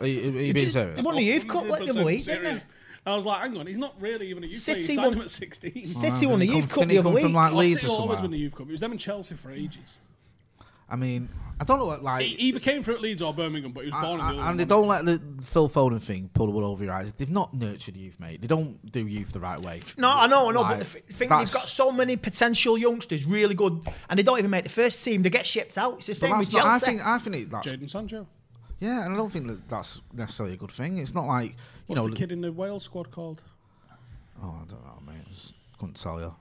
[SPEAKER 1] Are you, are you being serious?
[SPEAKER 4] They won the youth cup like the other
[SPEAKER 2] 100%
[SPEAKER 4] week, didn't
[SPEAKER 2] serious.
[SPEAKER 4] they?
[SPEAKER 2] And I was like, hang on, he's not really even a youth player. He
[SPEAKER 4] City
[SPEAKER 2] signed him
[SPEAKER 4] won-
[SPEAKER 2] at 16.
[SPEAKER 4] City won the
[SPEAKER 1] Didn't he
[SPEAKER 4] youth
[SPEAKER 1] come-
[SPEAKER 4] cup
[SPEAKER 1] didn't
[SPEAKER 4] the
[SPEAKER 1] he
[SPEAKER 4] other
[SPEAKER 1] come
[SPEAKER 4] week.
[SPEAKER 1] from like
[SPEAKER 2] Oh,
[SPEAKER 1] Leeds or
[SPEAKER 2] City always win the
[SPEAKER 1] somewhere?
[SPEAKER 2] youth cup. It was them in Chelsea for ages.
[SPEAKER 1] I mean, I don't know. what, Like,
[SPEAKER 2] He either came through at Leeds or Birmingham, but he was
[SPEAKER 1] I-
[SPEAKER 2] born
[SPEAKER 1] I-
[SPEAKER 2] in the other
[SPEAKER 1] and they
[SPEAKER 2] one.
[SPEAKER 1] don't let the Phil Foden thing pull the wool over your eyes. They've not nurtured youth, mate. They don't do youth the right way.
[SPEAKER 4] No, I know, I know,
[SPEAKER 1] Like,
[SPEAKER 4] but the th- thing they've
[SPEAKER 1] that's-
[SPEAKER 4] got so many potential youngsters, really good, and they don't even make the first team. They get shipped out. It's the
[SPEAKER 1] but
[SPEAKER 4] same with
[SPEAKER 1] that's not- I
[SPEAKER 4] Chelsea.
[SPEAKER 1] think I think it, that's
[SPEAKER 2] Jaden Sancho.
[SPEAKER 1] yeah, and I don't think that that's necessarily a good thing. It's not like you
[SPEAKER 2] What's
[SPEAKER 1] know
[SPEAKER 2] the kid in the Wales squad called?
[SPEAKER 1] Oh, I don't know, mate. I just couldn't tell you.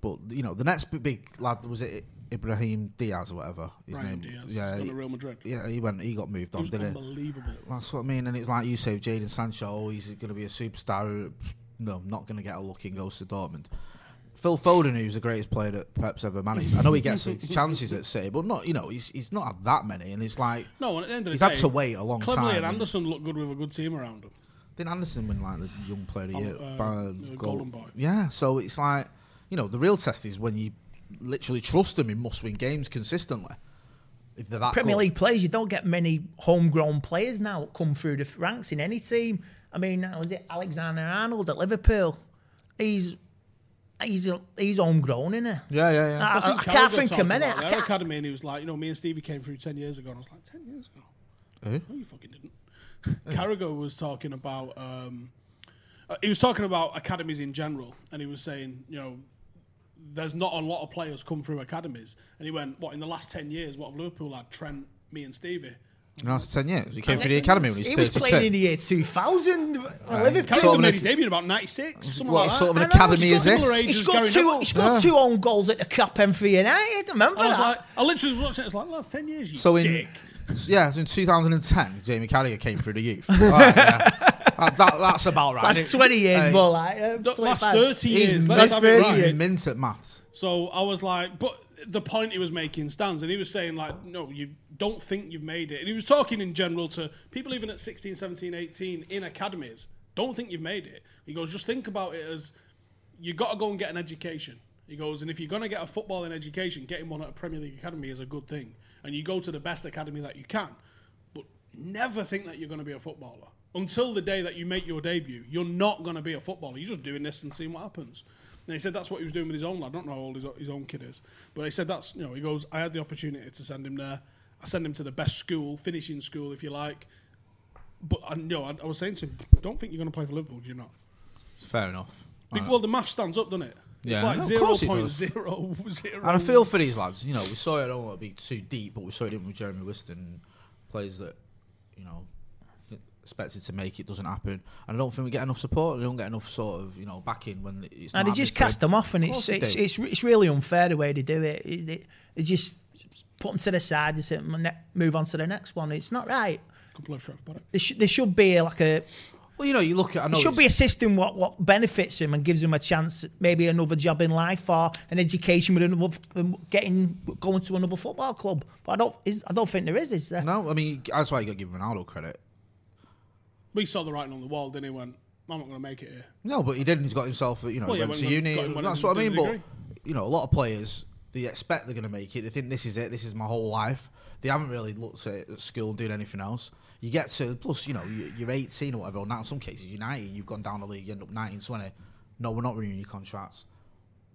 [SPEAKER 1] But you know, the next b- big lad was it Ibrahim Diaz or whatever his
[SPEAKER 2] Brian
[SPEAKER 1] name.
[SPEAKER 2] Diaz. He's
[SPEAKER 1] Yeah,
[SPEAKER 2] gone to
[SPEAKER 1] he-
[SPEAKER 2] Real Madrid.
[SPEAKER 1] yeah, he went. He got moved
[SPEAKER 2] He
[SPEAKER 1] on,
[SPEAKER 2] was
[SPEAKER 1] didn't he?
[SPEAKER 2] unbelievable.
[SPEAKER 1] That's what I mean. And it's like you say, Jaden Sancho. oh, He's going to be a superstar. No, not going to get a look. and goes to Dortmund. Phil Foden, who's the greatest player that Pep's ever managed. I know he gets his chances at City, but not you know he's he's not had that many. And it's like
[SPEAKER 2] No, and at the end of the
[SPEAKER 1] he's
[SPEAKER 2] day,
[SPEAKER 1] had to wait a long
[SPEAKER 2] Cleverly
[SPEAKER 1] time.
[SPEAKER 2] and
[SPEAKER 1] and-
[SPEAKER 2] Anderson looked good with a good team around him.
[SPEAKER 1] didn't Anderson win like the young player of the
[SPEAKER 2] Oh,
[SPEAKER 1] year?
[SPEAKER 2] uh,
[SPEAKER 1] by
[SPEAKER 2] uh,
[SPEAKER 1] goal-
[SPEAKER 2] Golden Boy.
[SPEAKER 1] Yeah, so it's like you know the real test is when you literally trust them in must-win games consistently. If they're that
[SPEAKER 4] Premier
[SPEAKER 1] good.
[SPEAKER 4] League players, you don't get many homegrown players now come through the f- ranks in any team. I mean, that was it Alexander Arnold at Liverpool. He's he's he's homegrown, isn't he?
[SPEAKER 1] Yeah, yeah, yeah.
[SPEAKER 4] I, I- I
[SPEAKER 2] Carragher
[SPEAKER 4] can't think
[SPEAKER 2] talked
[SPEAKER 4] of many.
[SPEAKER 2] about
[SPEAKER 4] I
[SPEAKER 2] their
[SPEAKER 4] can't-
[SPEAKER 2] academy, and he was like, you know, me and Stevie came through ten years ago, and I was like, ten years ago? No, you fucking didn't. Carragher was talking about. Um, uh, he was talking about academies in general, and he was saying, you know, there's not a lot of players come through academies, and he went, what in the last ten years, what have Liverpool had? Trent, me, and Stevie.
[SPEAKER 1] And that's ten years. He came through the academy when he was,
[SPEAKER 4] He was playing in the year 2000. Liverpool.
[SPEAKER 2] Carragher
[SPEAKER 1] Sort of an
[SPEAKER 2] made
[SPEAKER 1] ac- Mhm.
[SPEAKER 2] his debut in about '96, something
[SPEAKER 1] What
[SPEAKER 2] like
[SPEAKER 1] sort of
[SPEAKER 2] that.
[SPEAKER 1] an
[SPEAKER 4] I know,
[SPEAKER 1] academy
[SPEAKER 4] he's
[SPEAKER 1] is
[SPEAKER 2] got similar
[SPEAKER 1] this?
[SPEAKER 2] age.
[SPEAKER 4] He
[SPEAKER 2] Just
[SPEAKER 4] scored
[SPEAKER 2] Gary
[SPEAKER 4] two.
[SPEAKER 2] Neville.
[SPEAKER 4] He scored
[SPEAKER 1] Yeah.
[SPEAKER 4] two own goals at the Cup and for United. Remember
[SPEAKER 2] I was
[SPEAKER 4] that?
[SPEAKER 2] like, I literally was watching it. It's like last ten years. You
[SPEAKER 1] So in
[SPEAKER 2] dick.
[SPEAKER 1] yeah, so in 2010, Jamie Carragher came through the youth. All right, yeah. that, that- that's about right.
[SPEAKER 4] That's 20 years,
[SPEAKER 1] Hey,
[SPEAKER 4] more like. uh,
[SPEAKER 2] The last
[SPEAKER 4] 25.
[SPEAKER 2] thirty
[SPEAKER 1] He's,
[SPEAKER 2] years.
[SPEAKER 1] mint,
[SPEAKER 2] Let's have it
[SPEAKER 1] he's
[SPEAKER 2] right.
[SPEAKER 1] mint at maths.
[SPEAKER 2] So I was like, but the point he was making stands, and he was saying like, no, you don't think you've made it. And he was talking in general to people even at 16, 17, 18 in academies, don't think you've made it. He goes, just think about it as you got to go and get an education. He goes, and if you're going to get a footballing education, getting one at a Premier League academy is a good thing. And you go to the best academy that you can. But never think that you're going to be a footballer. Until the day that you make your debut, you're not going to be a footballer. You're just doing this and seeing what happens. And he said that's what he was doing with his own lad. I don't know how old his, his own kid is. But he said that's, you know, he goes, I had the opportunity to send him there. I send him to the best school, finishing school, if you like. But I know, I, I was saying to him, don't think you're going to play for Liverpool, 'cause you're not.
[SPEAKER 1] Fair enough.
[SPEAKER 2] Be- Well, the math stands up, doesn't it? It's
[SPEAKER 1] Yeah.
[SPEAKER 2] like
[SPEAKER 1] Of course it does.
[SPEAKER 2] 0.00.
[SPEAKER 1] And I feel for these lads. You know, we saw it. I don't want to be too deep, but we saw it in with Jeremy Whiston, players that you know th- expected to make it doesn't happen. And I don't think we get enough support. We don't get enough sort of you know backing when it's.
[SPEAKER 4] And
[SPEAKER 1] not
[SPEAKER 4] they just
[SPEAKER 1] happening
[SPEAKER 4] cast
[SPEAKER 1] for
[SPEAKER 4] them off, and
[SPEAKER 1] Of
[SPEAKER 4] it's
[SPEAKER 1] course they
[SPEAKER 4] it's,
[SPEAKER 1] do.
[SPEAKER 4] it's re- it's really unfair the way they do it. It- They, they just put them to the side and say, "My ne- move on to the next one. It's not right.
[SPEAKER 2] Couple of strokes, but
[SPEAKER 4] There, should there should be like a
[SPEAKER 1] Well, you know, you look at. I know
[SPEAKER 4] there should be a
[SPEAKER 1] it's-
[SPEAKER 4] system what, what benefits them and gives them a chance, at maybe another job in life or an education with another um, getting going to another football club. But I don't is, I don't think there is. Is there?
[SPEAKER 1] no, I mean that's why you got to give Ronaldo credit.
[SPEAKER 2] we saw the writing on the wall, didn't he? When I'm not going to make it here.
[SPEAKER 1] No, but he didn't. He's got himself. You know,
[SPEAKER 2] Well,
[SPEAKER 1] he
[SPEAKER 2] yeah,
[SPEAKER 1] went
[SPEAKER 2] when
[SPEAKER 1] to
[SPEAKER 2] he got-
[SPEAKER 1] uni.
[SPEAKER 2] got him one
[SPEAKER 1] that's
[SPEAKER 2] and
[SPEAKER 1] what I mean.
[SPEAKER 2] did a
[SPEAKER 1] But
[SPEAKER 2] degree.
[SPEAKER 1] you know, a lot of players They expect they're going to make it. They think this is it. This is my whole life. They haven't really looked at at school and doing anything else. You get to plus, you know, you- you're 18 or whatever. Or now, in some cases, you're 19. You've gone down the league. You end up 19, 20. No, we're not renewing your contracts.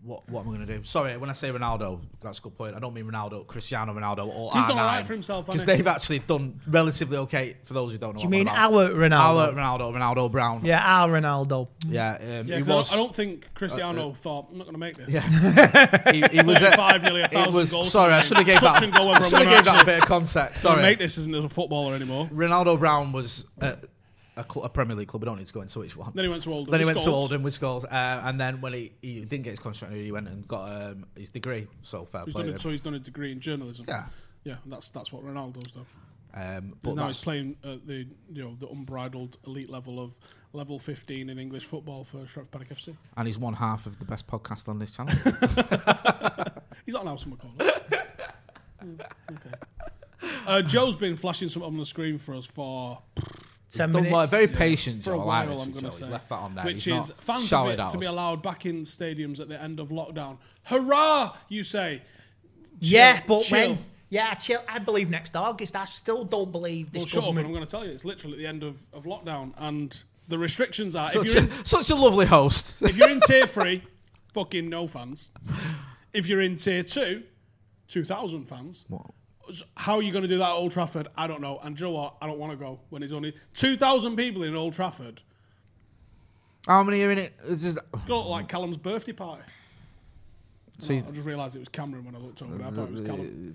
[SPEAKER 1] What what am I going to do? Sorry, when I say Ronaldo, that's a good point. I don't mean Ronaldo, Cristiano Ronaldo, or
[SPEAKER 2] He's done
[SPEAKER 1] R9,
[SPEAKER 2] all right for himself, hasn't
[SPEAKER 1] because
[SPEAKER 2] he?
[SPEAKER 1] they've actually done relatively okay. For those who don't know,
[SPEAKER 4] Do you
[SPEAKER 1] what
[SPEAKER 4] mean our
[SPEAKER 1] Ronaldo-
[SPEAKER 4] Ronaldo?
[SPEAKER 1] Our Ronaldo, Ronaldo Brown.
[SPEAKER 4] Yeah, our Ronaldo.
[SPEAKER 1] yeah. Um,
[SPEAKER 2] Yeah,
[SPEAKER 1] he
[SPEAKER 2] 'cause I don't-
[SPEAKER 1] was. uh,
[SPEAKER 2] I don't think Cristiano thought I'm not going to make this.
[SPEAKER 1] he, he was at-
[SPEAKER 2] 35, nearly a
[SPEAKER 1] it
[SPEAKER 2] thousand
[SPEAKER 1] was-
[SPEAKER 2] goals
[SPEAKER 1] Sorry,
[SPEAKER 2] for
[SPEAKER 1] I
[SPEAKER 2] me.
[SPEAKER 1] should have gave
[SPEAKER 2] Touch
[SPEAKER 1] that.
[SPEAKER 2] and go
[SPEAKER 1] I
[SPEAKER 2] over
[SPEAKER 1] should have
[SPEAKER 2] Ronaldo.
[SPEAKER 1] gave that a bit of context.
[SPEAKER 2] Don't
[SPEAKER 1] Sorry,
[SPEAKER 2] make this isn't as a footballer anymore.
[SPEAKER 1] Ronaldo Brown was at a, cl- a Premier League club. We don't need to go into which one.
[SPEAKER 2] Then he went to Oldham.
[SPEAKER 1] Then he
[SPEAKER 2] with
[SPEAKER 1] went to
[SPEAKER 2] Scholes.
[SPEAKER 1] Oldham with Scholes, uh, and then when he, he didn't get his contract, renewed, he went and got um, his degree. So fair
[SPEAKER 2] He's
[SPEAKER 1] play.
[SPEAKER 2] done
[SPEAKER 1] to
[SPEAKER 2] a,
[SPEAKER 1] him.
[SPEAKER 2] so he's done a degree in journalism.
[SPEAKER 1] Yeah.
[SPEAKER 2] yeah. That's that's what Ronaldo's done.
[SPEAKER 1] Um, but
[SPEAKER 2] now he's
[SPEAKER 1] that's,
[SPEAKER 2] playing at the you know the unbridled elite level of level 15 in English football for Shreve Paddock FC.
[SPEAKER 1] and he's one half of the best podcast on this channel.
[SPEAKER 2] He's not an Alison McCall. Mm, okay. Uh, Joe's been flashing something on the screen for us for
[SPEAKER 4] Ten
[SPEAKER 1] Done
[SPEAKER 4] minutes.
[SPEAKER 1] well, very patient,
[SPEAKER 2] for
[SPEAKER 1] Joe.
[SPEAKER 2] a
[SPEAKER 1] I
[SPEAKER 2] while.
[SPEAKER 1] like this
[SPEAKER 2] I'm
[SPEAKER 1] with
[SPEAKER 2] going to
[SPEAKER 1] Joe.
[SPEAKER 2] say,
[SPEAKER 1] He's left that on there.
[SPEAKER 2] which
[SPEAKER 1] He's
[SPEAKER 2] is
[SPEAKER 1] not
[SPEAKER 2] fans of
[SPEAKER 1] shouted
[SPEAKER 2] it
[SPEAKER 1] at
[SPEAKER 2] to be
[SPEAKER 1] us.
[SPEAKER 2] allowed back in stadiums at the end of lockdown. Hurrah! You say.
[SPEAKER 4] yeah, but
[SPEAKER 2] chill.
[SPEAKER 4] when? Yeah, chill. I believe next August. I still don't believe this
[SPEAKER 2] Well, shut up, and
[SPEAKER 4] government.
[SPEAKER 2] I'm going to tell you, it's literally at the end of, of lockdown, and the restrictions are Uh, if
[SPEAKER 1] Such
[SPEAKER 2] you're in,
[SPEAKER 1] a, such a lovely host.
[SPEAKER 2] if you're in tier three, fucking no fans. If you're in tier two, two thousand fans. So How are you going to do that at Old Trafford? I don't know. And do you know what? I don't want to go when there's only two thousand people in Old Trafford.
[SPEAKER 1] How many are in it? It's just-
[SPEAKER 2] Got look like Callum's birthday party.
[SPEAKER 1] So you-
[SPEAKER 2] I just realised it was Cameron when I looked over. it. I thought it was Callum.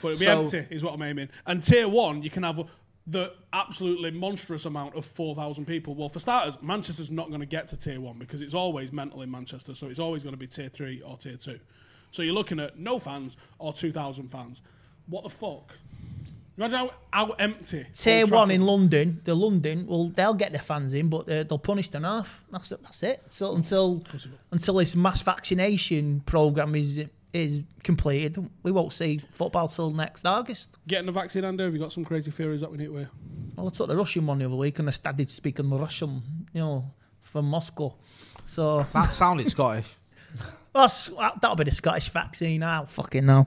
[SPEAKER 2] But it'd be
[SPEAKER 1] So-
[SPEAKER 2] empty, is what I'm aiming. And tier one, you can have the absolutely monstrous amount of 4,000 people. Well, for starters, Manchester's not going to get to tier one because it's always mental in Manchester, so it's always going to be tier three or tier two. So you're looking at no fans or 2,000 fans. What the fuck? Imagine how, how empty.
[SPEAKER 4] Tier
[SPEAKER 2] Old
[SPEAKER 4] one
[SPEAKER 2] Trafford-
[SPEAKER 4] in London, the London, well, they'll get their fans in, but uh, they'll punish them half. That's it. That's it. So until until this mass vaccination program is is completed, we won't see football till next August.
[SPEAKER 2] Getting the vaccine, Andy, have you got some crazy theories that we need to wear?
[SPEAKER 4] Well, I took the Russian one the other week, and I started speaking Russian, you know, from Moscow. So
[SPEAKER 1] that sounded Scottish.
[SPEAKER 4] that's that'll be the Scottish vaccine. I don't fucking know.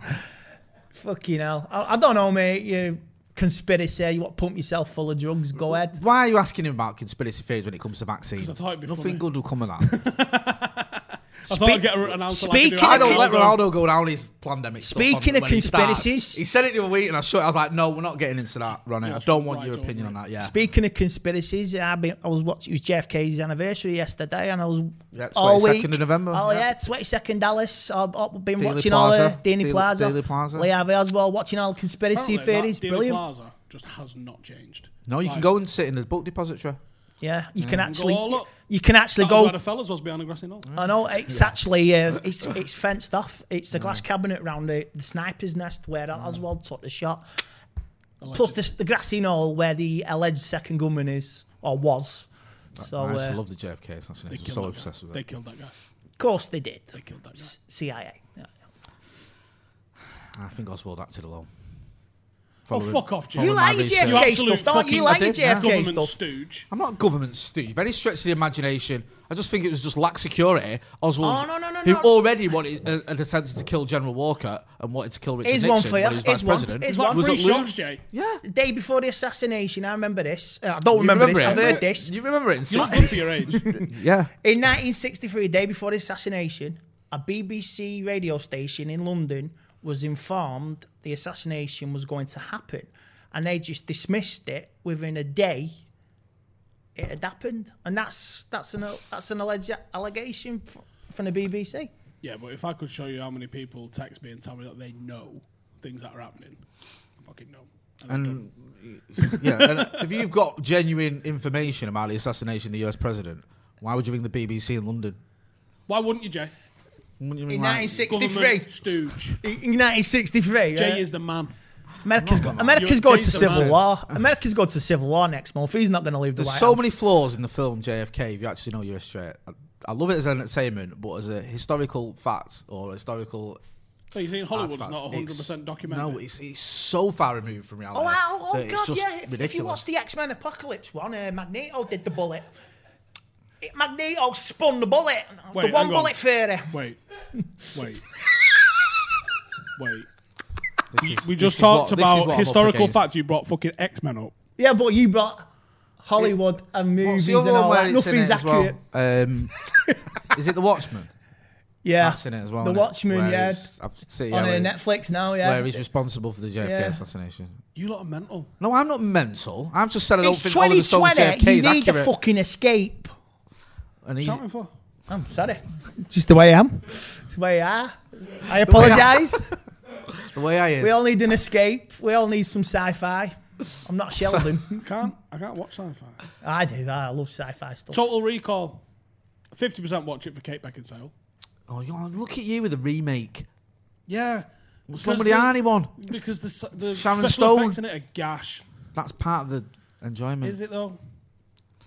[SPEAKER 4] Fucking hell. I, I don't know, mate. You conspiracy. You want to pump yourself full of drugs? Go ahead.
[SPEAKER 1] Why are you asking him about conspiracy theories when it comes to vaccines?
[SPEAKER 2] 'Cause I thought it'd be
[SPEAKER 1] Nothing
[SPEAKER 2] funny.
[SPEAKER 1] good will come of that.
[SPEAKER 2] I thought I'd get an answer like I do
[SPEAKER 4] speaking
[SPEAKER 2] at
[SPEAKER 1] I don't let
[SPEAKER 2] Ronaldo.
[SPEAKER 1] Ronaldo go down his pandemic. stuff on
[SPEAKER 4] Speaking of
[SPEAKER 1] when he starts.
[SPEAKER 4] conspiracies-
[SPEAKER 1] he said it the other week, and I shut. I was like, "No, we're not getting into that, Ronnie. I
[SPEAKER 2] Just
[SPEAKER 1] don't want
[SPEAKER 2] right
[SPEAKER 1] your
[SPEAKER 2] over
[SPEAKER 1] opinion
[SPEAKER 2] it.
[SPEAKER 1] on that." Yeah,
[SPEAKER 4] Speaking of conspiracies, I, been, I was watching. It was JFK's anniversary yesterday, and I was
[SPEAKER 1] Yeah,
[SPEAKER 4] all
[SPEAKER 1] 22nd
[SPEAKER 4] week.
[SPEAKER 1] of November,
[SPEAKER 4] Oh
[SPEAKER 1] yeah.
[SPEAKER 4] yeah, twenty second Dallas. I've, I've been
[SPEAKER 1] Dealey
[SPEAKER 4] watching all the
[SPEAKER 1] Plaza,
[SPEAKER 4] Danny
[SPEAKER 1] Dealey-
[SPEAKER 4] Plaza,
[SPEAKER 1] Dealey Plaza.
[SPEAKER 4] Lee Harvey Oswald, watching all conspiracy
[SPEAKER 2] Apparently,
[SPEAKER 4] theories.
[SPEAKER 2] that Dealey
[SPEAKER 4] Brilliant.
[SPEAKER 2] Plaza just has not changed.
[SPEAKER 1] no, you
[SPEAKER 2] Like,
[SPEAKER 1] can go and sit in the book depository.
[SPEAKER 4] Yeah, you can actually
[SPEAKER 2] all up.
[SPEAKER 4] you can actually
[SPEAKER 2] That was
[SPEAKER 4] go.
[SPEAKER 2] where the fellas was behind the grassy knoll.
[SPEAKER 4] I know it's actually uh, it's it's fenced off. It's a glass cabinet round the, the sniper's nest where
[SPEAKER 1] Mm.
[SPEAKER 4] Oswald took the shot. Plus the, the grassy knoll where the alleged second gunman is or was. So
[SPEAKER 1] I used
[SPEAKER 4] uh,
[SPEAKER 1] to love the JFK assassination. I was
[SPEAKER 2] killed
[SPEAKER 1] so
[SPEAKER 2] that
[SPEAKER 1] obsessed
[SPEAKER 2] guy.
[SPEAKER 1] with
[SPEAKER 2] They
[SPEAKER 1] it.
[SPEAKER 2] killed that guy.
[SPEAKER 4] of course they did.
[SPEAKER 2] They killed that guy.
[SPEAKER 4] CIA. Yeah.
[SPEAKER 1] I think Oswald acted alone.
[SPEAKER 2] Oh,
[SPEAKER 1] Following-
[SPEAKER 2] fuck off, Jim.
[SPEAKER 4] You
[SPEAKER 1] Follow my
[SPEAKER 4] like your
[SPEAKER 1] research.
[SPEAKER 4] JFK
[SPEAKER 2] You absolute
[SPEAKER 4] stuff, don't you?
[SPEAKER 2] fucking
[SPEAKER 4] You like your
[SPEAKER 1] idiot.
[SPEAKER 4] JFK
[SPEAKER 2] government
[SPEAKER 4] stuff.
[SPEAKER 2] stooge.
[SPEAKER 1] I'm not a government stooge. Very stretch of the imagination. I just think it was just lack security. Oswald,
[SPEAKER 4] Oh, no, no, no,
[SPEAKER 1] who
[SPEAKER 4] no.
[SPEAKER 1] already wanted, uh, had attempted to kill General Walker and wanted to kill Richard
[SPEAKER 4] Here's one
[SPEAKER 1] Nixon
[SPEAKER 4] for you.
[SPEAKER 1] when he was
[SPEAKER 4] Here's
[SPEAKER 1] vice
[SPEAKER 4] one.
[SPEAKER 1] president,
[SPEAKER 4] Here's
[SPEAKER 2] It's like
[SPEAKER 4] one.
[SPEAKER 1] was
[SPEAKER 2] free
[SPEAKER 1] at Lu-
[SPEAKER 2] shots, Jay.
[SPEAKER 1] Yeah,
[SPEAKER 4] The day before the assassination, I remember this. Uh, I don't remember,
[SPEAKER 1] You
[SPEAKER 4] this.
[SPEAKER 1] it?
[SPEAKER 4] I've heard this.
[SPEAKER 1] You remember it?
[SPEAKER 2] You look good for your age.
[SPEAKER 1] yeah.
[SPEAKER 4] In 1963, the day before the assassination, a BBC radio station in London was informed the assassination was going to happen, and they just dismissed it within a day. It had happened, and that's that's an that's an alleged allegation f- from the BBC.
[SPEAKER 2] Yeah, but if I could show you how many people text me and tell me that they know things that are happening, I fucking know. And they don't.
[SPEAKER 1] Yeah, and if you've got genuine information about the assassination of the US president, why would you ring the BBC in London?
[SPEAKER 2] why wouldn't you, Jay?
[SPEAKER 1] Wouldn't you ring
[SPEAKER 4] In
[SPEAKER 1] like-
[SPEAKER 4] 1963,
[SPEAKER 2] Government stooge.
[SPEAKER 4] in 1963,
[SPEAKER 2] Jay
[SPEAKER 4] uh,
[SPEAKER 2] is the man.
[SPEAKER 4] America's, go- America's
[SPEAKER 2] You're-
[SPEAKER 4] going to
[SPEAKER 2] Jay's the
[SPEAKER 4] civil
[SPEAKER 2] man.
[SPEAKER 4] war. America's going to civil war next month. He's not going to leave the
[SPEAKER 1] There's
[SPEAKER 4] White
[SPEAKER 1] so
[SPEAKER 4] House.
[SPEAKER 1] many flaws in the film JFK if you actually know you're straight. I, I love it as entertainment, but as a historical fact or historical
[SPEAKER 2] So you saying Hollywood's
[SPEAKER 1] artifact,
[SPEAKER 2] not 100 percent
[SPEAKER 1] it's-
[SPEAKER 2] documented?
[SPEAKER 1] No, it's, it's so far removed from reality.
[SPEAKER 4] Oh, wow. oh,
[SPEAKER 1] that it's
[SPEAKER 4] God,
[SPEAKER 1] just
[SPEAKER 4] yeah. If, if you
[SPEAKER 1] ridiculous.
[SPEAKER 4] watch the X Men Apocalypse one, uh, Magneto did the bullet. It, Magneto spun the bullet.
[SPEAKER 2] Wait,
[SPEAKER 4] the one
[SPEAKER 2] hang on.
[SPEAKER 4] bullet theory.
[SPEAKER 2] Wait, Wait. Wait.
[SPEAKER 1] This is-
[SPEAKER 2] We
[SPEAKER 1] this
[SPEAKER 2] just
[SPEAKER 1] is
[SPEAKER 2] talked
[SPEAKER 1] what- this is what I'm
[SPEAKER 2] about
[SPEAKER 1] up
[SPEAKER 2] historical
[SPEAKER 1] against.
[SPEAKER 2] fact. You brought fucking X Men up.
[SPEAKER 4] Yeah, but you brought Hollywood and
[SPEAKER 1] What's
[SPEAKER 4] movies
[SPEAKER 1] the
[SPEAKER 4] and
[SPEAKER 1] other one
[SPEAKER 4] all
[SPEAKER 1] where
[SPEAKER 4] that.
[SPEAKER 1] it's in it
[SPEAKER 4] Nothing's
[SPEAKER 1] as well?
[SPEAKER 4] accurate.
[SPEAKER 1] Um, is it The Watchman?
[SPEAKER 4] Yeah,
[SPEAKER 1] That's in it as well.
[SPEAKER 4] The
[SPEAKER 1] innit?
[SPEAKER 4] Watchmen,
[SPEAKER 1] Where
[SPEAKER 4] yeah,
[SPEAKER 1] it's- I've seen- yeah,
[SPEAKER 4] on uh,
[SPEAKER 1] where-
[SPEAKER 4] Netflix now.
[SPEAKER 1] Where
[SPEAKER 4] Yeah,
[SPEAKER 1] he's responsible for the JFK
[SPEAKER 4] Yeah.
[SPEAKER 1] assassination.
[SPEAKER 2] You lot are mental.
[SPEAKER 1] No, I'm not mental. I'm just saying I don't
[SPEAKER 4] it's
[SPEAKER 1] think Oliver Stone
[SPEAKER 4] 2020.
[SPEAKER 1] JFK
[SPEAKER 4] You
[SPEAKER 1] is
[SPEAKER 4] need a
[SPEAKER 1] accurate.
[SPEAKER 4] fucking escape.
[SPEAKER 1] and he's,
[SPEAKER 2] Shouting for.
[SPEAKER 4] I'm sorry, just the way I am. It's the way I are. I apologise.
[SPEAKER 1] the way I is.
[SPEAKER 4] we all need an escape. We all need some sci-fi. I'm not Sheldon.
[SPEAKER 2] Can't. I can't watch sci-fi.
[SPEAKER 4] I do. I love sci-fi stuff.
[SPEAKER 2] Total Recall. Fifty percent watch it for Kate Beckinsale.
[SPEAKER 1] oh, you- oh, look at you with a remake.
[SPEAKER 2] Yeah.
[SPEAKER 1] What's
[SPEAKER 2] Because
[SPEAKER 1] wrong with the
[SPEAKER 2] the-
[SPEAKER 1] Arnie one?
[SPEAKER 2] Because the s- the
[SPEAKER 1] Sharon
[SPEAKER 2] special
[SPEAKER 1] Stone.
[SPEAKER 2] effects in it are gash.
[SPEAKER 1] That's part of the enjoyment.
[SPEAKER 2] Is it though?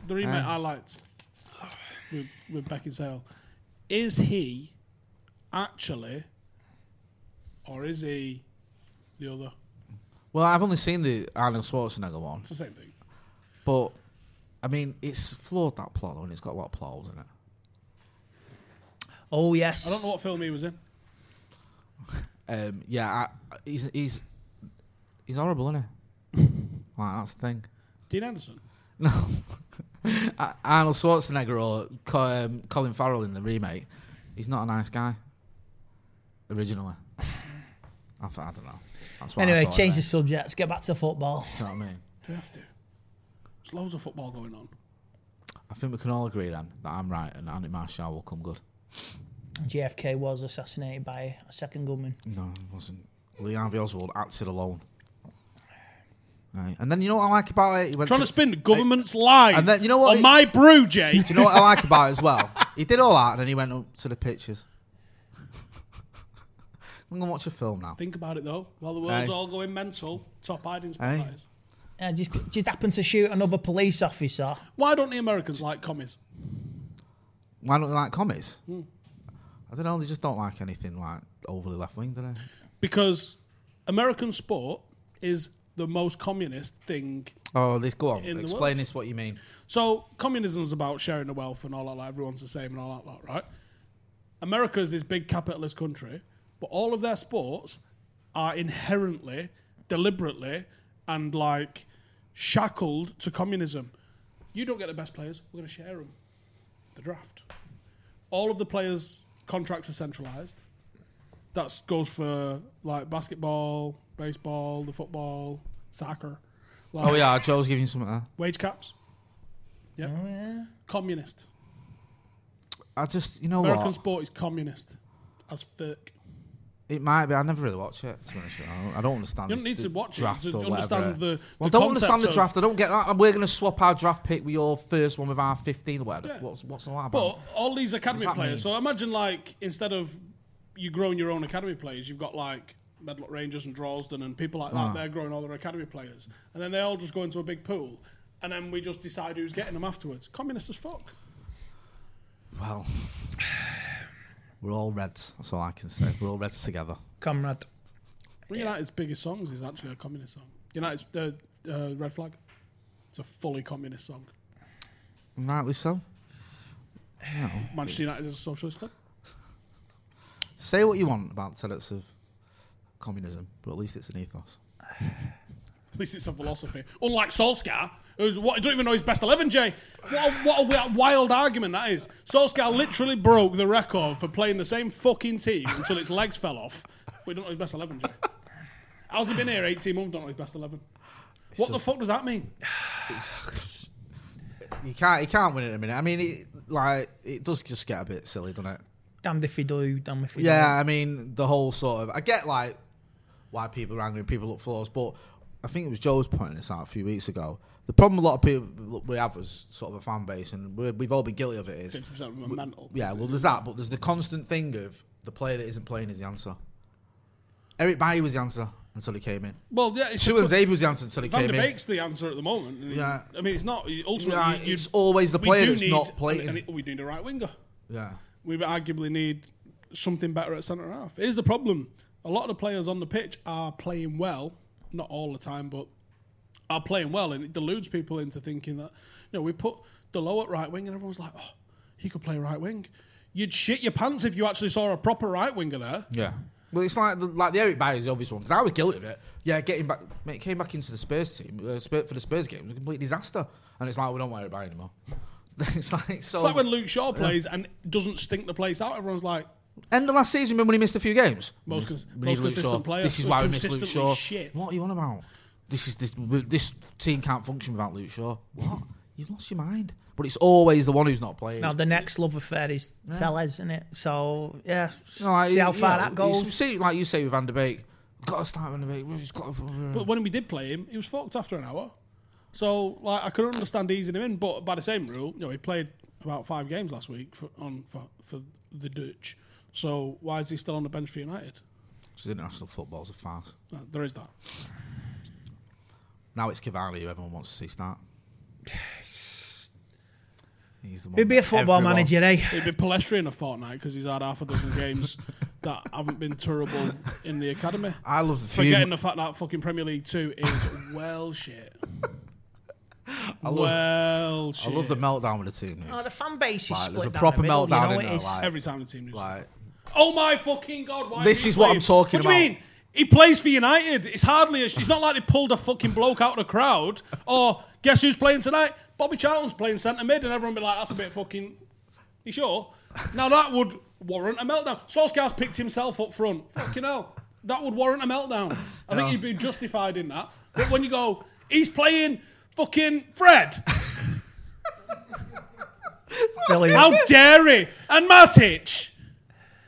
[SPEAKER 2] The remake
[SPEAKER 1] Uh.
[SPEAKER 2] I liked with, with Beckinsale. Is he actually, or is he the other?
[SPEAKER 1] Well, I've only seen the Arnold Schwarzenegger one,
[SPEAKER 2] It's the same thing.
[SPEAKER 1] but I mean, it's flawed that plot, though, Oh, and it's got a lot of plot holes in it.
[SPEAKER 4] Oh yes.
[SPEAKER 2] I don't know what film he was in.
[SPEAKER 1] Um, yeah, I, he's he's he's horrible, isn't he? like, that's the thing.
[SPEAKER 2] Dean Anderson.
[SPEAKER 1] No, A- Arnold Schwarzenegger or Co- um, Colin Farrell in the remake. He's not a nice guy. Originally, I, th- I don't know. That's what I
[SPEAKER 4] Anyway,
[SPEAKER 1] thought
[SPEAKER 4] change the
[SPEAKER 1] of it.
[SPEAKER 4] subject. Let's get back to football.
[SPEAKER 1] Do you know what I mean?
[SPEAKER 2] Do we have to? There's loads of football going on.
[SPEAKER 1] I think we can all agree then that I'm right and Andy Marshall will come good.
[SPEAKER 4] JFK was assassinated by a second gunman.
[SPEAKER 1] No, it wasn't. Lee Harvey Oswald acted alone. Right. And then you know what I like about it? He went
[SPEAKER 2] Trying to
[SPEAKER 1] to-
[SPEAKER 2] spin the government's lies.
[SPEAKER 1] and then- you know what
[SPEAKER 2] On
[SPEAKER 1] it-
[SPEAKER 2] my brew, Jay.
[SPEAKER 1] Do you know what I like about it as well? He did all that and then he went up to the pictures. I'm gonna watch a film now.
[SPEAKER 2] Think about it though. While the world's
[SPEAKER 1] Aye.
[SPEAKER 2] all going mental, top hiding
[SPEAKER 1] Aye.
[SPEAKER 2] spies.
[SPEAKER 4] Yeah, just just happened to shoot another police officer.
[SPEAKER 2] Why don't the Americans like commies?
[SPEAKER 1] Why don't they like comics? I don't know. They just don't like anything like overly left wing, do they?
[SPEAKER 2] Because American sport is the most communist thing.
[SPEAKER 1] Oh, this go on.
[SPEAKER 2] In the
[SPEAKER 1] Explain
[SPEAKER 2] world.
[SPEAKER 1] this. What you mean?
[SPEAKER 2] So communism's about sharing the wealth and all that. Like everyone's the same and all that lot, right? America's this big capitalist country, but all of their sports are inherently, deliberately, and like shackled to communism. You don't get the best players. We're going to share them. The draft. All of the players' contracts are centralized. That goes for like basketball, baseball, the football, soccer. Like,
[SPEAKER 1] Oh yeah, Joe's giving you something. There.
[SPEAKER 2] Wage caps. Yep. Communist.
[SPEAKER 1] I just, you know
[SPEAKER 2] American
[SPEAKER 1] what?
[SPEAKER 2] sport is communist. As fuck.
[SPEAKER 1] It might be. I never really watch it. to be honest with you. I don't, I don't understand.
[SPEAKER 2] You
[SPEAKER 1] this-
[SPEAKER 2] don't need
[SPEAKER 1] the
[SPEAKER 2] to watch it
[SPEAKER 1] draft
[SPEAKER 2] to
[SPEAKER 1] or whatever
[SPEAKER 2] understand
[SPEAKER 1] it-
[SPEAKER 2] the-
[SPEAKER 1] Well, I
[SPEAKER 2] the
[SPEAKER 1] don't understand
[SPEAKER 2] concept
[SPEAKER 1] the
[SPEAKER 2] of-
[SPEAKER 1] draft. I don't get that. We're going to swap our draft pick with your first one with our 15 or whatever.
[SPEAKER 2] Yeah.
[SPEAKER 1] What's what's all that about?
[SPEAKER 2] But all these academy
[SPEAKER 1] What does that
[SPEAKER 2] players.
[SPEAKER 1] mean?
[SPEAKER 2] So imagine like instead of you growing your own academy players, you've got like Medlock Rangers and Drawsden and people like
[SPEAKER 1] Ah.
[SPEAKER 2] that. They're growing all their academy players, and then they all just go into a big pool, and then we just decide who's getting them afterwards. Communist as fuck.
[SPEAKER 1] Well, we're all Reds. That's all I can say. We're all Reds together.
[SPEAKER 4] Comrade.
[SPEAKER 2] Well, United's biggest songs is actually a communist song. United's uh, uh, Red Flag. It's a fully communist song.
[SPEAKER 1] And rightly so.
[SPEAKER 2] Manchester United is a socialist club.
[SPEAKER 1] Say what you want about tenets of communism, but at least it's an ethos.
[SPEAKER 2] At least it's a philosophy. Unlike Solskjaer, who's what I don't even know his best eleven. Jay, what a, what a wi- wild argument that is. Solskjaer literally broke the record for playing the same fucking team until its legs fell off. But he don't know his best eleven. Jay, how's he been here eighteen months? Don't know his best eleven. What the
[SPEAKER 1] just-
[SPEAKER 2] fuck does that mean?
[SPEAKER 1] You can't, you can't win it in a minute. I mean, it, like it does just get a bit silly, doesn't it?
[SPEAKER 4] Damned if you do, damned if you
[SPEAKER 1] Yeah, I mean, the whole sort of. I get like why people are angry and people look flaws, but I think it was Joe was pointing this out a few weeks ago. The problem a lot of people we have is sort of a fan base, and we're, we've all been guilty of it. Is
[SPEAKER 2] Fifty percent of them are mental.
[SPEAKER 1] yeah, well, there's that, but there's the constant thing of the player that isn't playing is the answer. Eric Bailly was the answer until he came in.
[SPEAKER 2] well, yeah, it's a
[SPEAKER 1] Shu and
[SPEAKER 2] co-
[SPEAKER 1] Zabe was the answer until he
[SPEAKER 2] Van
[SPEAKER 1] came
[SPEAKER 2] de
[SPEAKER 1] in.
[SPEAKER 2] Beek's the answer at the moment. and he-
[SPEAKER 1] Yeah.
[SPEAKER 2] I mean, it's not ultimately.
[SPEAKER 1] Yeah,
[SPEAKER 2] you- you-
[SPEAKER 1] it's always the
[SPEAKER 2] we
[SPEAKER 1] player
[SPEAKER 2] do
[SPEAKER 1] that's
[SPEAKER 2] need-
[SPEAKER 1] not playing.
[SPEAKER 2] and it- we need a right winger.
[SPEAKER 1] Yeah.
[SPEAKER 2] we arguably need something better at centre half. Here's the problem: a lot of the players on the pitch are playing well, not all the time, but are playing well, and it deludes people into thinking that you know we put Delo at right wing, and everyone's like, oh, he could play right wing. you'd shit your pants if you actually saw a proper right winger there.
[SPEAKER 1] Yeah. Well, it's like the, like the Eric Bailly is the obvious one because I was guilty of it. Yeah, getting back, mate, came back into the Spurs team uh, Spurs, for the Spurs game it was a complete disaster, and it's like we don't want Eric Bailly anymore. it's like so.
[SPEAKER 2] It's like when Luke Shaw plays and doesn't stink the place out. Everyone's like,
[SPEAKER 1] end of last season, remember when he missed a few games?
[SPEAKER 2] Most cons-
[SPEAKER 1] We need
[SPEAKER 2] most
[SPEAKER 1] Luke
[SPEAKER 2] consistent
[SPEAKER 1] Shaw.
[SPEAKER 2] player.
[SPEAKER 1] This is
[SPEAKER 2] We're
[SPEAKER 1] why we miss Luke
[SPEAKER 2] consistently
[SPEAKER 1] Shaw.
[SPEAKER 2] shit.
[SPEAKER 1] What are you on about? This is this this team can't function without Luke Shaw. What? You've lost your mind. But it's always the one who's not playing.
[SPEAKER 4] Now the next love affair is Tellez, isn't it? So yeah, s-
[SPEAKER 1] No, like,
[SPEAKER 4] see how
[SPEAKER 1] you
[SPEAKER 4] far
[SPEAKER 1] know,
[SPEAKER 4] that goes.
[SPEAKER 1] you See, like you say with Van der Beek, got to start Van der Beek. we've just got to-
[SPEAKER 2] but when we did play him, he was fucked after an hour. So like, I couldn't understand easing him in. But by the same rule, you know, he played about five games last week for, on for, for the Dutch. So why is he still on the bench for United?
[SPEAKER 1] Because international football's a farce.
[SPEAKER 2] Uh, There is that.
[SPEAKER 1] Now it's Cavani who everyone wants to see start. He's the one.
[SPEAKER 4] It'd be a
[SPEAKER 1] that
[SPEAKER 4] football
[SPEAKER 1] everyone-
[SPEAKER 4] manager, eh?
[SPEAKER 2] It'd be Palestri in a fortnight because he's had half a dozen games that haven't been terrible in the academy.
[SPEAKER 1] I love the few.
[SPEAKER 2] Forgetting the fact that fucking Premier League Two is well shit.
[SPEAKER 1] I love,
[SPEAKER 2] Well shit.
[SPEAKER 1] I love the meltdown with the team. Nick.
[SPEAKER 4] Oh, the fan base is
[SPEAKER 1] Like,
[SPEAKER 4] split
[SPEAKER 1] there's a
[SPEAKER 4] down
[SPEAKER 1] proper
[SPEAKER 4] the middle,
[SPEAKER 1] meltdown
[SPEAKER 4] you know
[SPEAKER 1] in
[SPEAKER 4] it
[SPEAKER 1] there,
[SPEAKER 4] is.
[SPEAKER 1] like-
[SPEAKER 2] every time the team loses.
[SPEAKER 1] Like,
[SPEAKER 2] Oh my fucking god! Why
[SPEAKER 1] This
[SPEAKER 2] did he
[SPEAKER 1] is what
[SPEAKER 2] play
[SPEAKER 1] I'm
[SPEAKER 2] him?
[SPEAKER 1] talking
[SPEAKER 2] what do you
[SPEAKER 1] about.
[SPEAKER 2] mean? He plays for United. It's hardly. A, it's not like they pulled a fucking bloke out of the crowd. Or guess who's playing tonight? Bobby Charlton's playing centre mid, and everyone be like, "That's a bit fucking." You sure? Now that would warrant a meltdown. Solskjaer's picked himself up front. Fucking hell, that would warrant a meltdown. I think you'd be justified in that. But when you go, he's playing fucking Fred.
[SPEAKER 4] Brilliant.
[SPEAKER 2] How dare he? And Matic.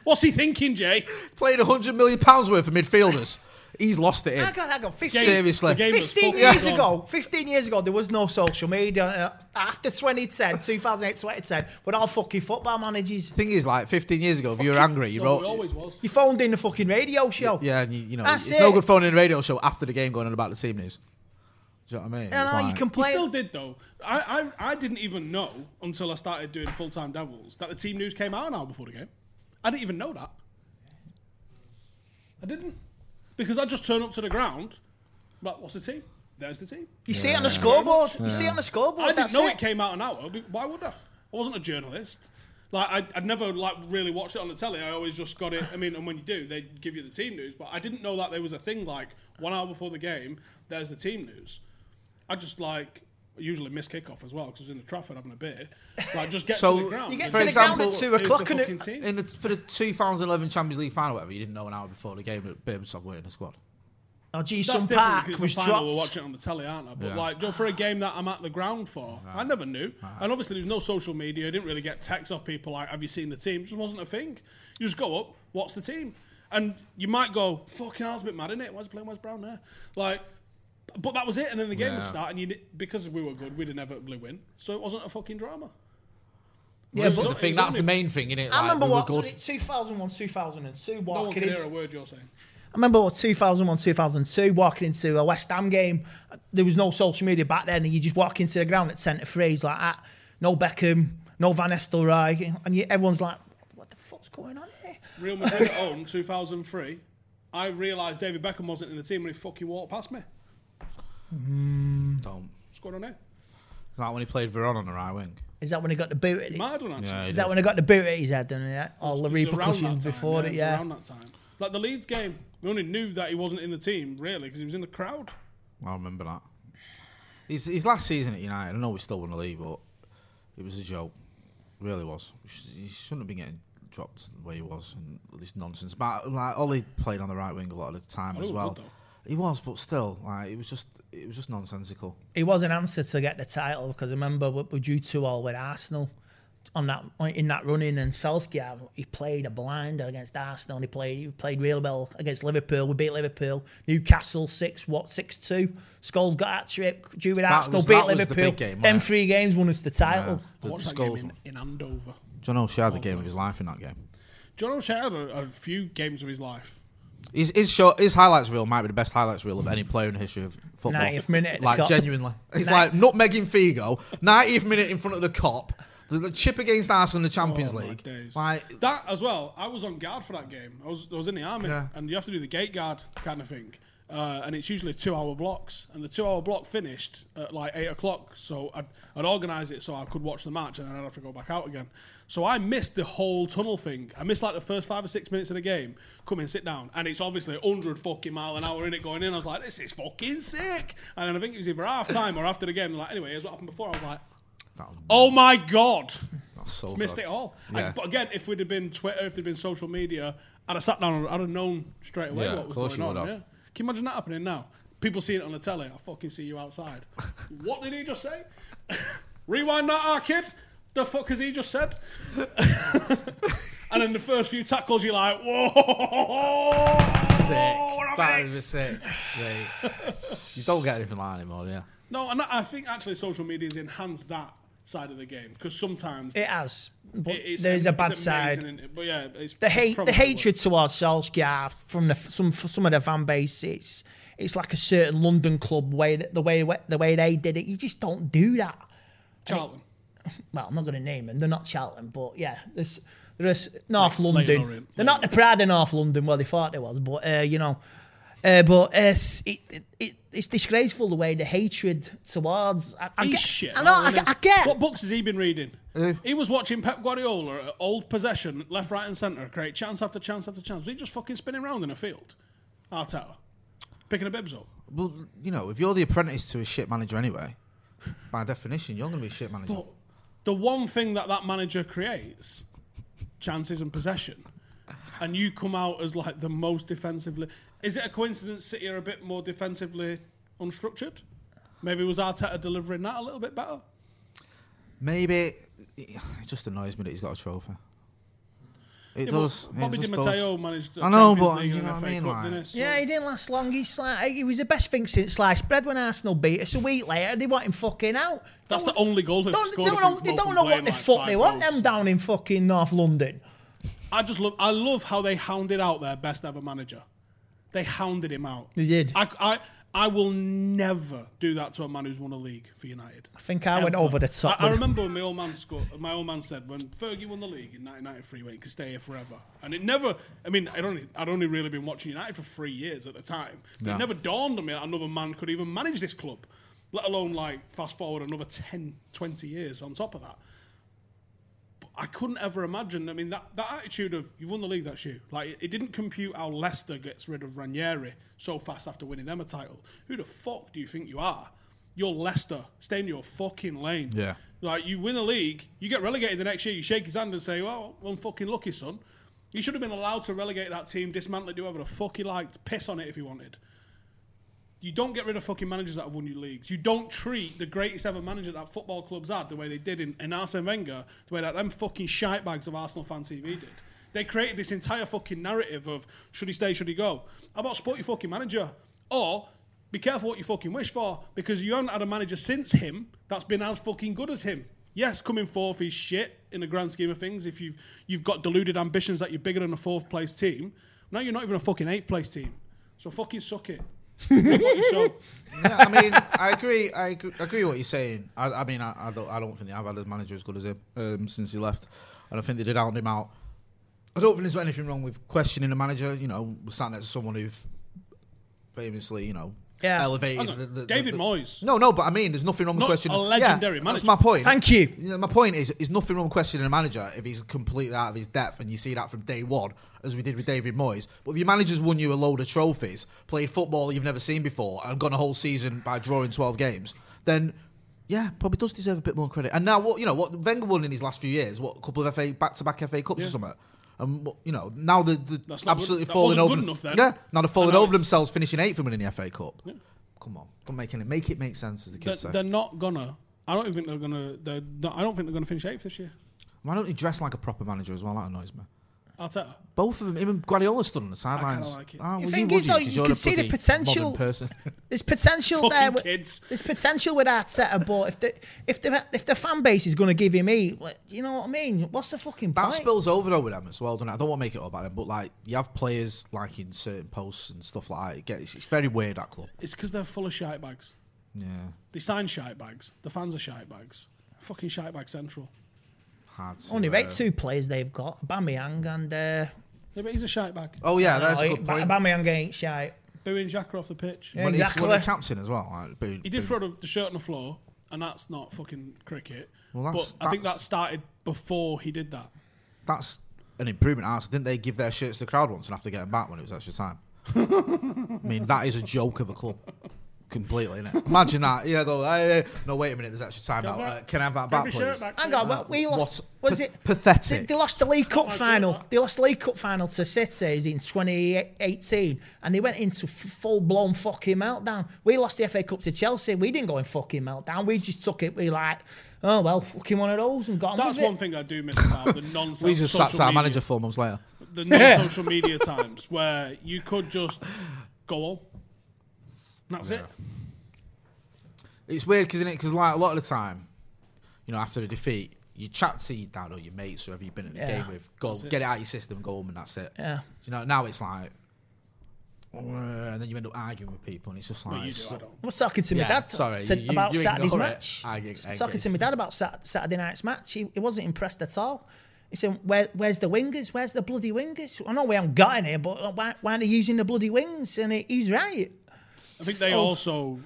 [SPEAKER 2] What's he thinking, Jay?
[SPEAKER 1] playing 100 million pounds worth of midfielders. He's lost it.
[SPEAKER 4] I
[SPEAKER 1] In.
[SPEAKER 4] got, I got
[SPEAKER 2] Game-
[SPEAKER 4] 15,
[SPEAKER 1] Seriously.
[SPEAKER 2] the game was
[SPEAKER 4] 15
[SPEAKER 2] fucking
[SPEAKER 4] years
[SPEAKER 2] gone.
[SPEAKER 4] ago, 15 years ago, there was no social media. Uh, After 2010, 2008, 2010, we're all fucking football managers.
[SPEAKER 1] Thing is, like 15 years ago, if you were angry, you
[SPEAKER 2] No,
[SPEAKER 1] wrote.
[SPEAKER 2] he always was.
[SPEAKER 4] You phoned in the fucking radio show.
[SPEAKER 1] Yeah, and you, you know,
[SPEAKER 4] That's
[SPEAKER 1] it's no
[SPEAKER 4] it.
[SPEAKER 1] good phoning in a radio show after the game going on about the team news. Do you know what I mean?
[SPEAKER 4] And
[SPEAKER 1] It's
[SPEAKER 4] now you
[SPEAKER 1] like-
[SPEAKER 4] can
[SPEAKER 2] He
[SPEAKER 4] play.
[SPEAKER 2] still did though. I, I I didn't even know until I started doing full time Devils that the team news came out an hour before the game. I didn't even know that. I didn't because I just turn up to the ground. Like, what's the team? There's the team.
[SPEAKER 4] you see it on the scoreboard. You see it on the scoreboard.
[SPEAKER 2] I didn't
[SPEAKER 4] that's
[SPEAKER 2] know it. came out an hour. but Why would I? I wasn't a journalist. Like I, I'd never like really watched it on the telly. I always just got it. I mean, and when you do, they give you the team news. But I didn't know that there was a thing like one hour before the game. There's the team news. I just like usually miss kickoff as well because I was in the Trafford having a beer. Like just get
[SPEAKER 1] So,
[SPEAKER 2] to the ground.
[SPEAKER 4] You get
[SPEAKER 1] For
[SPEAKER 4] to the ground
[SPEAKER 1] example,
[SPEAKER 4] at 2 o'clock
[SPEAKER 2] Here's
[SPEAKER 4] and
[SPEAKER 2] the
[SPEAKER 4] it,
[SPEAKER 2] fucking team.
[SPEAKER 1] In the, for the 2011 Champions League final, whatever, you didn't know an hour before the game that Birmingham were in the squad.
[SPEAKER 4] oh, gee,
[SPEAKER 2] That's
[SPEAKER 4] some
[SPEAKER 2] different
[SPEAKER 4] park
[SPEAKER 2] because
[SPEAKER 4] was
[SPEAKER 2] the final we're
[SPEAKER 4] dropped.
[SPEAKER 2] watching it on the telly, aren't I? But
[SPEAKER 1] Yeah.
[SPEAKER 2] like, just for a game that I'm at the ground for, I never knew. And obviously, there was no social media. I didn't really get texts off people like, "Have you seen the team?" It just wasn't a thing. You just go up, what's the team? And you might go, "Fucking hell, it's a bit mad, isn't it? Why's playing Wes Brown there?" Like, but that was it. And then the game
[SPEAKER 1] Yeah.
[SPEAKER 2] would start, and you di- because we were good, we'd inevitably win. So it wasn't a fucking drama.
[SPEAKER 1] Yeah,
[SPEAKER 2] but-
[SPEAKER 1] the thing.
[SPEAKER 2] it's
[SPEAKER 1] That's the
[SPEAKER 2] only-
[SPEAKER 1] main thing, innit?
[SPEAKER 4] I
[SPEAKER 1] Like,
[SPEAKER 4] remember
[SPEAKER 1] we were
[SPEAKER 4] what
[SPEAKER 1] good.
[SPEAKER 4] 2001, 2002
[SPEAKER 2] No one
[SPEAKER 4] walking
[SPEAKER 2] can
[SPEAKER 4] into-
[SPEAKER 2] hear a word you're saying.
[SPEAKER 4] I remember what 2001, 2002, walking into a West Ham game. There was no social media back then, and you just walk into the ground at centre phrase like that. No Beckham, no Van Estelrooy, and you, everyone's like, "What the fuck's going on here?"
[SPEAKER 2] Real Madrid at home, 2003. I realised David Beckham wasn't in the team when he fucking walked past me.
[SPEAKER 1] Don't.
[SPEAKER 2] What's going on here?
[SPEAKER 1] It's Like when he played Veron on the right wing.
[SPEAKER 4] Is that when he got the boot? At his,
[SPEAKER 2] Madden, actually.
[SPEAKER 1] Yeah, he
[SPEAKER 4] is
[SPEAKER 1] did.
[SPEAKER 4] that when he got the boot at his head? And yeah, all the
[SPEAKER 2] It was around
[SPEAKER 4] repercussions
[SPEAKER 2] that time,
[SPEAKER 4] before it.
[SPEAKER 2] was
[SPEAKER 4] Yeah,
[SPEAKER 2] around that time. Like the Leeds game, we only knew that he wasn't in the team really because he was in the crowd.
[SPEAKER 1] I remember that. His, his last season at United, I know Oh, we still won the league, but it was a joke. It really was. He sh- He shouldn't have been getting dropped the way he was and all this nonsense. But like Ollie played on the right wing a lot of the time
[SPEAKER 2] Ollie
[SPEAKER 1] as
[SPEAKER 2] was
[SPEAKER 1] well.
[SPEAKER 2] good, though.
[SPEAKER 1] he was, but still, like it was just it was just nonsensical.
[SPEAKER 4] it was an answer to get the title because I remember we were due to all with Arsenal on that in that running and Solskjaer he played a blinder against Arsenal and he played he played real well against Liverpool we beat Liverpool Newcastle 6 what 6-2 Scholes got hat trick due with Arsenal
[SPEAKER 1] was-
[SPEAKER 4] beat
[SPEAKER 1] that was the
[SPEAKER 4] Liverpool
[SPEAKER 1] big game,
[SPEAKER 4] them
[SPEAKER 1] wasn't it?
[SPEAKER 4] three games won us the title
[SPEAKER 2] I
[SPEAKER 1] The
[SPEAKER 2] watched that
[SPEAKER 1] skulls
[SPEAKER 2] game
[SPEAKER 1] one.
[SPEAKER 2] in, in Andover.
[SPEAKER 1] John O'Shea Oh, had the game of his life in that game.
[SPEAKER 2] John O'Shea had a, a few games of his life.
[SPEAKER 1] His his, short, his highlights reel might be the best highlights reel of any player in the history of football.
[SPEAKER 4] 90th minute at the
[SPEAKER 1] like
[SPEAKER 4] cop.
[SPEAKER 1] genuinely, it's
[SPEAKER 4] Ni-
[SPEAKER 1] like nutmegging Figo, 90th minute in front of the cop, the, the chip against Arsenal in the Champions
[SPEAKER 2] Oh, my
[SPEAKER 1] League.
[SPEAKER 2] days.
[SPEAKER 1] Like
[SPEAKER 2] that as well. I was on guard for that game. I was I was in the army
[SPEAKER 1] Yeah.
[SPEAKER 2] and you have to do the gate guard kind of thing. uh, and it's usually two hour blocks. And the two hour block finished at like eight o'clock, so I'd, I'd organise it so I could watch the match, and then I'd have to go back out again. So I missed the whole tunnel thing. I missed like the first five or six minutes of the game. Come in, sit down, and it's obviously hundred fucking mile an hour in it going in. I was like, this is fucking sick. And then I think it was either half time or after the game. Like anyway, here's what happened before. I was like, oh my god.
[SPEAKER 1] Oh, so
[SPEAKER 2] It's missed
[SPEAKER 1] good.
[SPEAKER 2] it all.
[SPEAKER 1] Yeah.
[SPEAKER 2] I, but again, if we'd have been Twitter, if there'd been social media, I'd have sat down and I'd have known straight away
[SPEAKER 1] Yeah,
[SPEAKER 2] what
[SPEAKER 1] of
[SPEAKER 2] was
[SPEAKER 1] course
[SPEAKER 2] going
[SPEAKER 1] you
[SPEAKER 2] on.
[SPEAKER 1] would
[SPEAKER 2] Yeah.
[SPEAKER 1] have.
[SPEAKER 2] Can you imagine that happening now? People seeing it on the telly. I fucking see you outside. what did he just say? Rewind that, our kid. The fuck has he just said? and then the first few tackles, you're like, whoa,
[SPEAKER 1] Sick. that
[SPEAKER 2] we're having
[SPEAKER 1] is
[SPEAKER 2] it.
[SPEAKER 1] sick. Yeah. you don't get anything like that anymore, yeah.
[SPEAKER 2] No, and I think actually social media's enhanced that side of the game because sometimes
[SPEAKER 4] It has, but
[SPEAKER 2] it- it's-
[SPEAKER 4] there is a
[SPEAKER 2] it's
[SPEAKER 4] bad
[SPEAKER 2] amazing,
[SPEAKER 4] side.
[SPEAKER 2] isn't it? But yeah, it's
[SPEAKER 4] the hate, the
[SPEAKER 2] probably
[SPEAKER 4] hatred towards Solskjaer from the some for some of the fan base, it's it's like a certain London club way that the way the way they did it. You just don't do that.
[SPEAKER 2] Charlton.
[SPEAKER 4] Well, I'm not going to name them. They're not Charlton, but yeah, there's there's North London.
[SPEAKER 2] Orient,
[SPEAKER 4] They're not the pride of North London. Well, they thought they was, but uh, you know, uh, but uh, it's, it, it- it, it's disgraceful the way the hatred towards. I, I
[SPEAKER 2] He's
[SPEAKER 4] get,
[SPEAKER 2] shit.
[SPEAKER 4] I know. I,
[SPEAKER 2] aren't
[SPEAKER 4] get-
[SPEAKER 2] he?
[SPEAKER 4] I get.
[SPEAKER 2] What books has he been reading? he was watching Pep Guardiola at old possession, left, right, and centre, create chance after chance after chance. Was he just fucking spinning around in a field? Arteta. Picking the bibs up.
[SPEAKER 1] Well, you know, if you're the apprentice to a shit manager anyway, by definition, you're going to be a shit manager.
[SPEAKER 2] But the one thing that that manager creates, chances and possession, and you come out as like the most defensively. Is it a coincidence City are a bit more defensively unstructured? Maybe was Arteta delivering that a little bit better?
[SPEAKER 1] Maybe it just annoys me that he's got a trophy. It
[SPEAKER 2] Yeah, but
[SPEAKER 1] does. it
[SPEAKER 2] Bobby Di
[SPEAKER 1] just
[SPEAKER 2] Matteo
[SPEAKER 1] does.
[SPEAKER 2] managed. the
[SPEAKER 1] I know,
[SPEAKER 2] Champions
[SPEAKER 1] but
[SPEAKER 2] League
[SPEAKER 1] you
[SPEAKER 2] and
[SPEAKER 1] know what
[SPEAKER 2] FA
[SPEAKER 1] I mean,
[SPEAKER 2] Cup,
[SPEAKER 1] like-
[SPEAKER 2] didn't it? So-
[SPEAKER 4] Yeah, he didn't last long. He's like, he was the best thing since sliced bread when Arsenal beat us. A week later, they want him fucking out.
[SPEAKER 2] That's
[SPEAKER 4] Don't-
[SPEAKER 2] the only goal they've
[SPEAKER 4] don't,
[SPEAKER 2] scored
[SPEAKER 4] They don't,
[SPEAKER 2] from
[SPEAKER 4] know- they
[SPEAKER 2] open
[SPEAKER 4] don't know
[SPEAKER 2] play
[SPEAKER 4] what
[SPEAKER 2] in,
[SPEAKER 4] the
[SPEAKER 2] like,
[SPEAKER 4] fuck
[SPEAKER 2] five
[SPEAKER 4] they want
[SPEAKER 2] goals.
[SPEAKER 4] them down in fucking North London.
[SPEAKER 2] I just love. I love how they hounded out their best ever manager. They hounded him out.
[SPEAKER 4] They did.
[SPEAKER 2] I, I, I will never do that to a man who's won a league for United.
[SPEAKER 4] I think I went
[SPEAKER 2] Ever.
[SPEAKER 4] over the top.
[SPEAKER 2] I, I
[SPEAKER 4] with-
[SPEAKER 2] remember when my old man scored, my old man said when Fergie won the league in 1993, when he could stay here forever, and it never. I mean, I'd only I'd only really been watching United for three years at the time. But It
[SPEAKER 1] Yeah.
[SPEAKER 2] never dawned on me that another man could even manage this club, let alone like fast forward another 10, 20 years on top of that. But I couldn't ever imagine. I mean, that, that attitude of you won the league, that's you. Like, it, it didn't compute how Leicester gets rid of Ranieri so fast after winning them a title. Who the fuck do you think you are? You're Leicester. Stay in your fucking lane.
[SPEAKER 1] Yeah.
[SPEAKER 2] Like, you win a league, you get relegated the next year, you shake his hand and say, well, I'm fucking lucky, son. You should have been allowed to relegate that team, dismantle it, do whatever the fuck he liked, piss on it if he wanted. You don't get rid of fucking managers that have won you leagues. You don't treat the greatest ever manager that football clubs had the way they did in, in Arsene Wenger, the way that them fucking shite bags of Arsenal fan TV did. They created this entire fucking narrative of should he stay, should he go? How about support your fucking manager? Or be careful what you fucking wish for because you haven't had a manager since him that's been as fucking good as him. Yes, coming fourth is shit in the grand scheme of things. If you've you've got deluded ambitions that you're bigger than a fourth place team, now you're not even a fucking eighth place team. So fucking suck it. So
[SPEAKER 1] Yeah, I mean, I agree. I agree, I agree what you're saying. I, I mean, I, I don't. I don't think they have had a manager as good as him um, since he left, and I think they did hound him out. I don't think there's anything wrong with questioning a manager. You know, we're sat next to someone who've famously, you know,
[SPEAKER 4] Yeah.
[SPEAKER 1] elevated.
[SPEAKER 2] Hang on,
[SPEAKER 1] the- the- the-
[SPEAKER 2] David
[SPEAKER 1] the-
[SPEAKER 2] Moyes.
[SPEAKER 1] No, no, but I mean, there's nothing wrong with
[SPEAKER 2] Not
[SPEAKER 1] questioning
[SPEAKER 2] a legendary
[SPEAKER 1] yeah, That's
[SPEAKER 2] manager.
[SPEAKER 1] my point.
[SPEAKER 4] Thank you.
[SPEAKER 1] You know, my point is, is nothing wrong with questioning a manager if he's completely out of his depth, and you see that from day one, as we did with David Moyes. But if your manager's won you a load of trophies, played football you've never seen before, and gone a whole season by drawing twelve games, then yeah, probably does deserve a bit more credit. And now, what you know, what Wenger won in his last few years, what a couple of FA back-to-back FA Cups or something. And what- you know now the, the
[SPEAKER 2] That's not good-
[SPEAKER 1] absolutely
[SPEAKER 2] that
[SPEAKER 1] falling
[SPEAKER 2] wasn't
[SPEAKER 1] over.
[SPEAKER 2] good enough then.
[SPEAKER 1] Yeah, now they're falling
[SPEAKER 2] And now
[SPEAKER 1] over
[SPEAKER 2] it's-
[SPEAKER 1] themselves, finishing eighth and winning the FA Cup. Come on, don't make it make it make sense as the
[SPEAKER 2] they're,
[SPEAKER 1] kids eh? say.
[SPEAKER 2] they're not gonna. I don't even think they're gonna. They're not, I don't think they're gonna finish eighth this year.
[SPEAKER 1] Why don't he dress like a proper manager as well? That annoys me.
[SPEAKER 2] Arteta.
[SPEAKER 1] Both of them, even Guardiola stood on the sidelines.
[SPEAKER 2] like it.
[SPEAKER 1] Ah, well,
[SPEAKER 4] The thing
[SPEAKER 1] would
[SPEAKER 4] is, though,
[SPEAKER 1] 'cause
[SPEAKER 4] you
[SPEAKER 1] you're
[SPEAKER 4] can
[SPEAKER 1] a
[SPEAKER 4] see the
[SPEAKER 1] bloody
[SPEAKER 4] potential.
[SPEAKER 1] modern person.
[SPEAKER 4] There's potential
[SPEAKER 2] Fucking
[SPEAKER 4] there. with-
[SPEAKER 2] kids.
[SPEAKER 4] There's potential with Arteta, but if the if the if the fan base is going to give him E, like, you know what I mean? What's the fucking
[SPEAKER 1] That
[SPEAKER 4] point?
[SPEAKER 1] spills over though with them as well, doesn't it? I don't want to make it all about them, but like you have players like in certain posts and stuff like that. It gets, it's very weird that club.
[SPEAKER 2] It's because they're full of shite bags.
[SPEAKER 1] Yeah,
[SPEAKER 2] They sign shite bags. The fans are shite bags. Fucking shite bag central.
[SPEAKER 1] hard. To,
[SPEAKER 4] Only
[SPEAKER 1] uh,
[SPEAKER 4] rate two players they've got: Bamiyang and uh,
[SPEAKER 2] Yeah, but he's a shite bag.
[SPEAKER 1] Oh yeah, that's
[SPEAKER 4] no,
[SPEAKER 1] a good
[SPEAKER 4] Ba-
[SPEAKER 1] point.
[SPEAKER 4] Aubameyang ain't shite.
[SPEAKER 2] booing Xhaka off the pitch.
[SPEAKER 1] when he's when
[SPEAKER 4] exactly.
[SPEAKER 1] he camps in as well. Like, boo,
[SPEAKER 2] He did
[SPEAKER 1] boo.
[SPEAKER 2] throw the, the shirt on the floor, and that's not fucking cricket.
[SPEAKER 1] Well, that's-
[SPEAKER 2] but I think that
[SPEAKER 1] that's-
[SPEAKER 2] started before he did that.
[SPEAKER 1] That's an improvement. Ars didn't they give their shirts to the crowd once and have to get them back when it was extra time? I mean, that is a joke of a club. Completely, innit? uh, Imagine that. Yeah, go. Hey, hey, no, wait a minute. There's extra time
[SPEAKER 2] Can I
[SPEAKER 1] now.
[SPEAKER 2] have
[SPEAKER 1] Uh,
[SPEAKER 2] that-
[SPEAKER 1] can I have that
[SPEAKER 2] Can I
[SPEAKER 1] back,
[SPEAKER 2] have
[SPEAKER 1] please?
[SPEAKER 2] my shirt back,
[SPEAKER 4] Hang
[SPEAKER 2] please?
[SPEAKER 4] on, what, we lost.
[SPEAKER 1] What
[SPEAKER 4] was
[SPEAKER 1] pa-
[SPEAKER 4] it
[SPEAKER 1] pathetic.
[SPEAKER 4] They, they lost the League Cup
[SPEAKER 2] my shirt
[SPEAKER 4] final.
[SPEAKER 2] back.
[SPEAKER 4] They lost the League Cup final to City in 2018, and they went into f- full blown fucking meltdown. We lost the FA Cup to Chelsea. We didn't go in fucking meltdown. We just took it. We like, oh well, fucking one of those, and got on
[SPEAKER 2] That's
[SPEAKER 4] with it.
[SPEAKER 2] one thing I do miss about the non.
[SPEAKER 1] we just sacked our manager four months later.
[SPEAKER 2] the non-social media times where you could just go on. That's it.
[SPEAKER 1] It's weird, cause, isn't it? Because like a lot of the time, you know, after a defeat, you chat to your dad or your mates, whoever you've been at the
[SPEAKER 4] Yeah.
[SPEAKER 1] game with. Go get it out of your system, go home, and that's it.
[SPEAKER 4] Yeah.
[SPEAKER 1] You know, now it's like, "Uh," and then you end up arguing with people, and it's just like,
[SPEAKER 2] But you do.
[SPEAKER 1] so-
[SPEAKER 2] I don't.
[SPEAKER 4] I was talking to my
[SPEAKER 1] Yeah,
[SPEAKER 4] dad
[SPEAKER 1] sorry,
[SPEAKER 4] to-
[SPEAKER 1] you- you-
[SPEAKER 4] about
[SPEAKER 1] you
[SPEAKER 4] Saturday's
[SPEAKER 1] ignore it.
[SPEAKER 4] match.
[SPEAKER 1] I
[SPEAKER 4] I,
[SPEAKER 1] get- I
[SPEAKER 4] was talking
[SPEAKER 1] get
[SPEAKER 4] to
[SPEAKER 1] it.
[SPEAKER 4] my dad about Sat- Saturday night's match. He, he wasn't impressed at all. He said, Where, "Where's the wingers? Where's the bloody wingers? I know we haven't got any, but why, why are they using the bloody wings?" And he, he's right.
[SPEAKER 2] I think they
[SPEAKER 1] Oh.
[SPEAKER 4] So-
[SPEAKER 2] also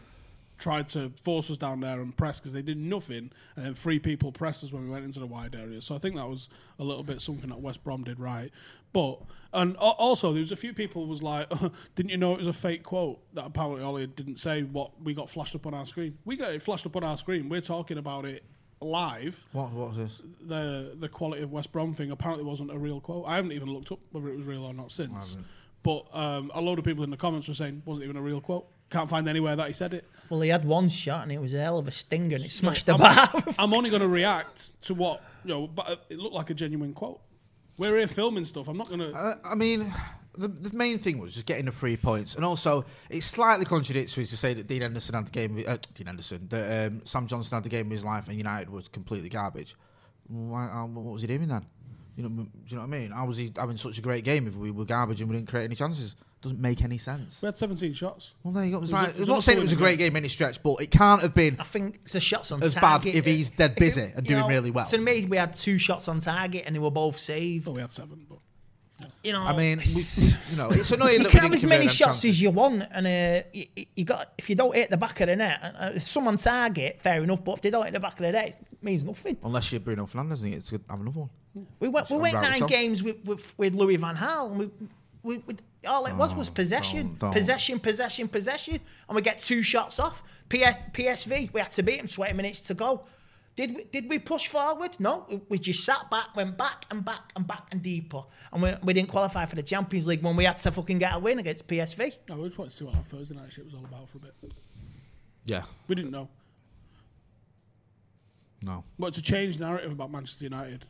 [SPEAKER 2] tried to force us down there and press because they did nothing, and then three people pressed us when we went into the wide area. So I think that was a little bit something that West Brom did right. But and a- also there was a few people was like, didn't you know it was a fake quote that apparently Ollie didn't say what we got flashed up on our screen. We got it flashed up on our screen. We're talking about it live.
[SPEAKER 1] What, what was this?
[SPEAKER 2] the the quality of West Brom thing apparently wasn't a real quote. I haven't even looked up whether it was real or not since. But um, a load of people in the comments were saying wasn't even a real quote. Can't find anywhere that he said it.
[SPEAKER 4] Well, he had one shot and it was a hell of a stinger and it smashed the bar.
[SPEAKER 2] I'm only going to react to what you know. But it looked like a genuine quote. We're here filming stuff. I'm not going to.
[SPEAKER 1] Uh, I mean, the, the main thing was just getting the three points, and also it's slightly contradictory to say that Dean Henderson had the game. Of, uh, Dean Henderson, that um, Sam Johnson had the game of his life, and United was completely garbage. Why, uh, what was he doing then? You know, m- do you know what I mean? How was he having such a great game if we were garbage and we didn't create any chances? Doesn't make any sense.
[SPEAKER 2] We had 17 shots.
[SPEAKER 1] Well, there you go. It's
[SPEAKER 2] It was a-
[SPEAKER 1] like-
[SPEAKER 2] it
[SPEAKER 1] I'm
[SPEAKER 2] was
[SPEAKER 1] not
[SPEAKER 2] a
[SPEAKER 1] saying it was a
[SPEAKER 2] footballing
[SPEAKER 1] great game any stretch, but it can't have been.
[SPEAKER 4] I think it's the shots on
[SPEAKER 1] As bad
[SPEAKER 4] target.
[SPEAKER 1] if he's dead
[SPEAKER 4] you-
[SPEAKER 1] busy and doing really well.
[SPEAKER 4] To me, we had two shots on target and they were both saved.
[SPEAKER 2] No, we had seven. But
[SPEAKER 4] You know,
[SPEAKER 1] I mean, we, you know, it's annoying
[SPEAKER 4] you
[SPEAKER 1] that we
[SPEAKER 4] can have as
[SPEAKER 1] didn't
[SPEAKER 4] many
[SPEAKER 1] convert them
[SPEAKER 4] shots
[SPEAKER 1] chances.
[SPEAKER 4] as you want, and uh, you, you got if you don't hit the back of the net, uh, if someone target, fair enough. But if they don't hit the back of the net, it means nothing.
[SPEAKER 1] Unless you're Bruno Fernandes and it's good have another one.
[SPEAKER 4] We went we
[SPEAKER 1] Sure,
[SPEAKER 4] went
[SPEAKER 1] rightly
[SPEAKER 4] nine
[SPEAKER 1] so.
[SPEAKER 4] games with, with with Louis Van Gaal, and we. We, we, all it was was possession,
[SPEAKER 1] Oh, don't- don't.
[SPEAKER 4] possession, possession, possession, and we get two shots off. PS, PSV, we had to beat them. Twenty minutes to go. Did we? Did we push forward? No, we, we just sat back, went back and back and back and deeper, and we, we didn't qualify for the Champions League when we had to fucking get a win against PSV.
[SPEAKER 2] I just wanted to see what that Thursday night shit was all about for a bit.
[SPEAKER 1] Yeah.
[SPEAKER 2] We didn't know.
[SPEAKER 1] No.
[SPEAKER 2] But it's a changed narrative about Manchester United.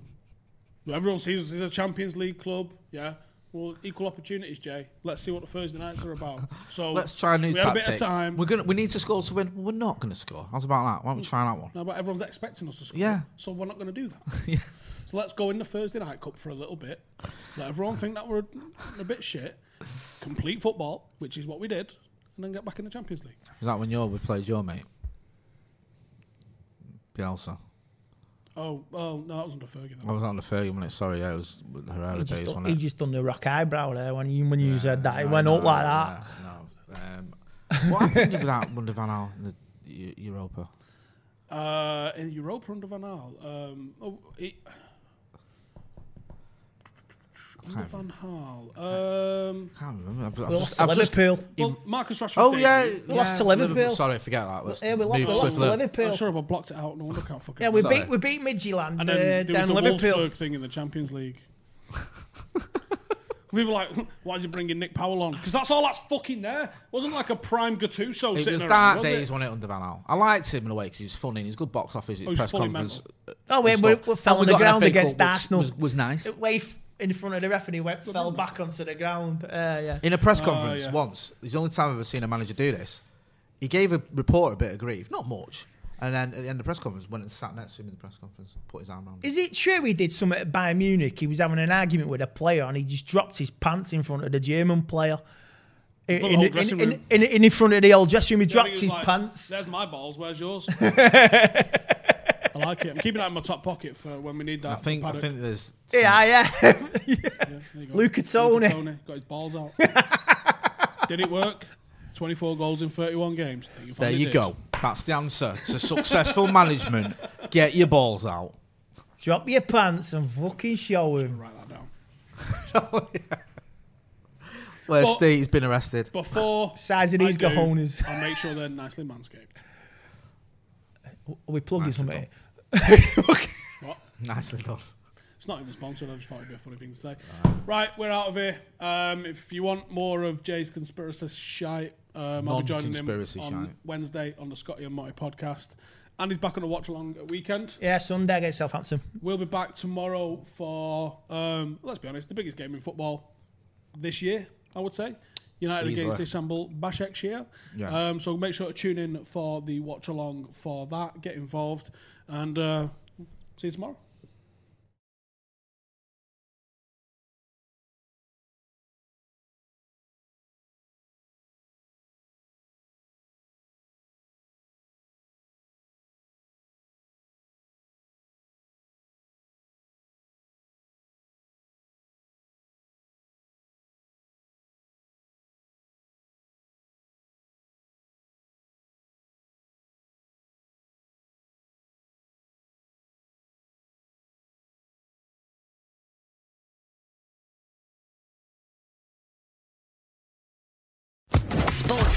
[SPEAKER 2] Everyone sees us as a Champions League club, yeah. Well, equal opportunities, Jay. Let's see what the Thursday nights are about. So
[SPEAKER 1] Let's try a new
[SPEAKER 2] we
[SPEAKER 1] tactic.
[SPEAKER 2] had a bit of time.
[SPEAKER 1] We're gonna. We need to score to win. We're not gonna score. How's about that? Why don't we try that one?
[SPEAKER 2] No, but everyone's expecting us to score.
[SPEAKER 1] Yeah.
[SPEAKER 2] So we're not going to do that. yeah. So let's go in the Thursday night cup for a little bit. Let everyone think that we're a bit shit. Complete football, which is what we did, and then get back in the Champions League.
[SPEAKER 1] Is that when your we played your mate? Bielsa.
[SPEAKER 2] Oh, well, no, that was under Fergie. That
[SPEAKER 1] I was on the thirty minutes. Sorry, yeah, it was with Herrera
[SPEAKER 4] He
[SPEAKER 1] days,
[SPEAKER 4] just,
[SPEAKER 1] wasn't
[SPEAKER 4] he
[SPEAKER 1] it?
[SPEAKER 4] just done the rock eyebrow there when you when you said that. It
[SPEAKER 1] No,
[SPEAKER 4] went
[SPEAKER 1] no,
[SPEAKER 4] up like that.
[SPEAKER 1] No. no. Um, what happened with that Wunder Van Gaal in the Eu- Europa?
[SPEAKER 2] Uh, in Europa under Van Gaal. Um, oh, it, under Van Gaal. Um,
[SPEAKER 1] I can't remember. I've, I've
[SPEAKER 4] We
[SPEAKER 1] just,
[SPEAKER 4] lost to
[SPEAKER 1] I've just,
[SPEAKER 4] Liverpool.
[SPEAKER 2] well, Marcus Rashford.
[SPEAKER 1] oh
[SPEAKER 2] did.
[SPEAKER 1] yeah,
[SPEAKER 2] I'm
[SPEAKER 1] yeah,
[SPEAKER 4] lost to Liverpool.
[SPEAKER 1] Sorry, forget that. Let's
[SPEAKER 4] Yeah, we lost,
[SPEAKER 1] move
[SPEAKER 4] we lost to
[SPEAKER 1] swiftly.
[SPEAKER 4] Liverpool.
[SPEAKER 2] sure if I blocked it out. No wonder I can't fucking.
[SPEAKER 4] Yeah, we
[SPEAKER 1] Sorry.
[SPEAKER 4] beat we beat Midtjylland
[SPEAKER 2] And then
[SPEAKER 4] uh,
[SPEAKER 2] there was
[SPEAKER 4] down
[SPEAKER 2] the
[SPEAKER 4] Liverpool.
[SPEAKER 2] Wolfsburg thing in the Champions League. we were like, why is he bringing Nick Powell on? Because that's all that's fucking there. wasn't like a prime Gattuso
[SPEAKER 1] It
[SPEAKER 2] sitting
[SPEAKER 1] was
[SPEAKER 2] around,
[SPEAKER 1] that
[SPEAKER 2] was
[SPEAKER 1] days
[SPEAKER 2] it?
[SPEAKER 1] when it under Van Gaal. I liked him in a way because he was funny. and He was good box office. His
[SPEAKER 2] was
[SPEAKER 1] press
[SPEAKER 2] fully
[SPEAKER 1] conference.
[SPEAKER 4] Oh, we,
[SPEAKER 1] and
[SPEAKER 4] we,
[SPEAKER 1] stuff.
[SPEAKER 4] we fell
[SPEAKER 1] And
[SPEAKER 4] on
[SPEAKER 1] we
[SPEAKER 4] the
[SPEAKER 1] got an
[SPEAKER 4] ground
[SPEAKER 1] FA Cup,
[SPEAKER 4] against
[SPEAKER 1] which
[SPEAKER 4] Arsenal.
[SPEAKER 1] was, was nice.
[SPEAKER 4] Way f- in front of the referee, went fell back onto the ground. Uh, yeah.
[SPEAKER 1] In a press conference
[SPEAKER 2] Oh, yeah.
[SPEAKER 1] once, it's the only time I've ever seen a manager do this. He gave a reporter a bit of grief, not much, and then at the end of the press conference, went and sat next to him in the press conference, put his arm around. him.
[SPEAKER 4] Is it true he did something at Bayern Munich? He was having an argument with a player and he just dropped his pants in front of the German player. In,
[SPEAKER 2] the
[SPEAKER 4] in,
[SPEAKER 2] whole
[SPEAKER 4] in-
[SPEAKER 2] dressing
[SPEAKER 4] in-
[SPEAKER 2] room.
[SPEAKER 4] in- in- in front of the old dressing room, he
[SPEAKER 2] Yeah,
[SPEAKER 4] dropped
[SPEAKER 2] he was
[SPEAKER 4] his
[SPEAKER 2] like,
[SPEAKER 4] pants.
[SPEAKER 2] There's my balls. Where's yours? I like it. I'm keeping that in my top pocket for when we need that.
[SPEAKER 1] I think I
[SPEAKER 2] Paddock.
[SPEAKER 1] think there's
[SPEAKER 4] Yeah, yeah.
[SPEAKER 2] There you go.
[SPEAKER 4] Luca Toni.
[SPEAKER 2] Got his balls out. Did it work? 24 goals in 31 games. Think you'll
[SPEAKER 1] There
[SPEAKER 2] find it
[SPEAKER 1] you
[SPEAKER 2] did.
[SPEAKER 1] go. That's the answer to successful management. Get your balls out.
[SPEAKER 4] Drop your pants and fucking show him.
[SPEAKER 2] Write that down.
[SPEAKER 1] Where
[SPEAKER 2] Well-
[SPEAKER 1] Steve's been arrested.
[SPEAKER 2] Before
[SPEAKER 4] Size of
[SPEAKER 2] I
[SPEAKER 4] these
[SPEAKER 2] do,
[SPEAKER 4] cojones.
[SPEAKER 2] I'll make sure they're nicely manscaped.
[SPEAKER 4] Are we plugging something? here?
[SPEAKER 1] Nicely done.
[SPEAKER 2] It's not even sponsored. I just thought it'd be a funny thing to say. Right, we're out of here. Um, if you want more of Jay's conspiracy shite, um, I'll be joining him on
[SPEAKER 1] Non-conspiracy shite.
[SPEAKER 2] Wednesday on the Scotty and Marty podcast. And he's back on the watch along at weekend.
[SPEAKER 4] Yeah, Sunday against Southampton.
[SPEAKER 2] We'll be back tomorrow for, um, let's be honest, the biggest game in football this year, I would say. United
[SPEAKER 1] Easily.
[SPEAKER 2] against Istanbul Başakşehir.
[SPEAKER 1] Yeah.
[SPEAKER 2] Um, so make sure to tune in for the watch along for that. Get involved. And uh, see you tomorrow.
[SPEAKER 5] Sports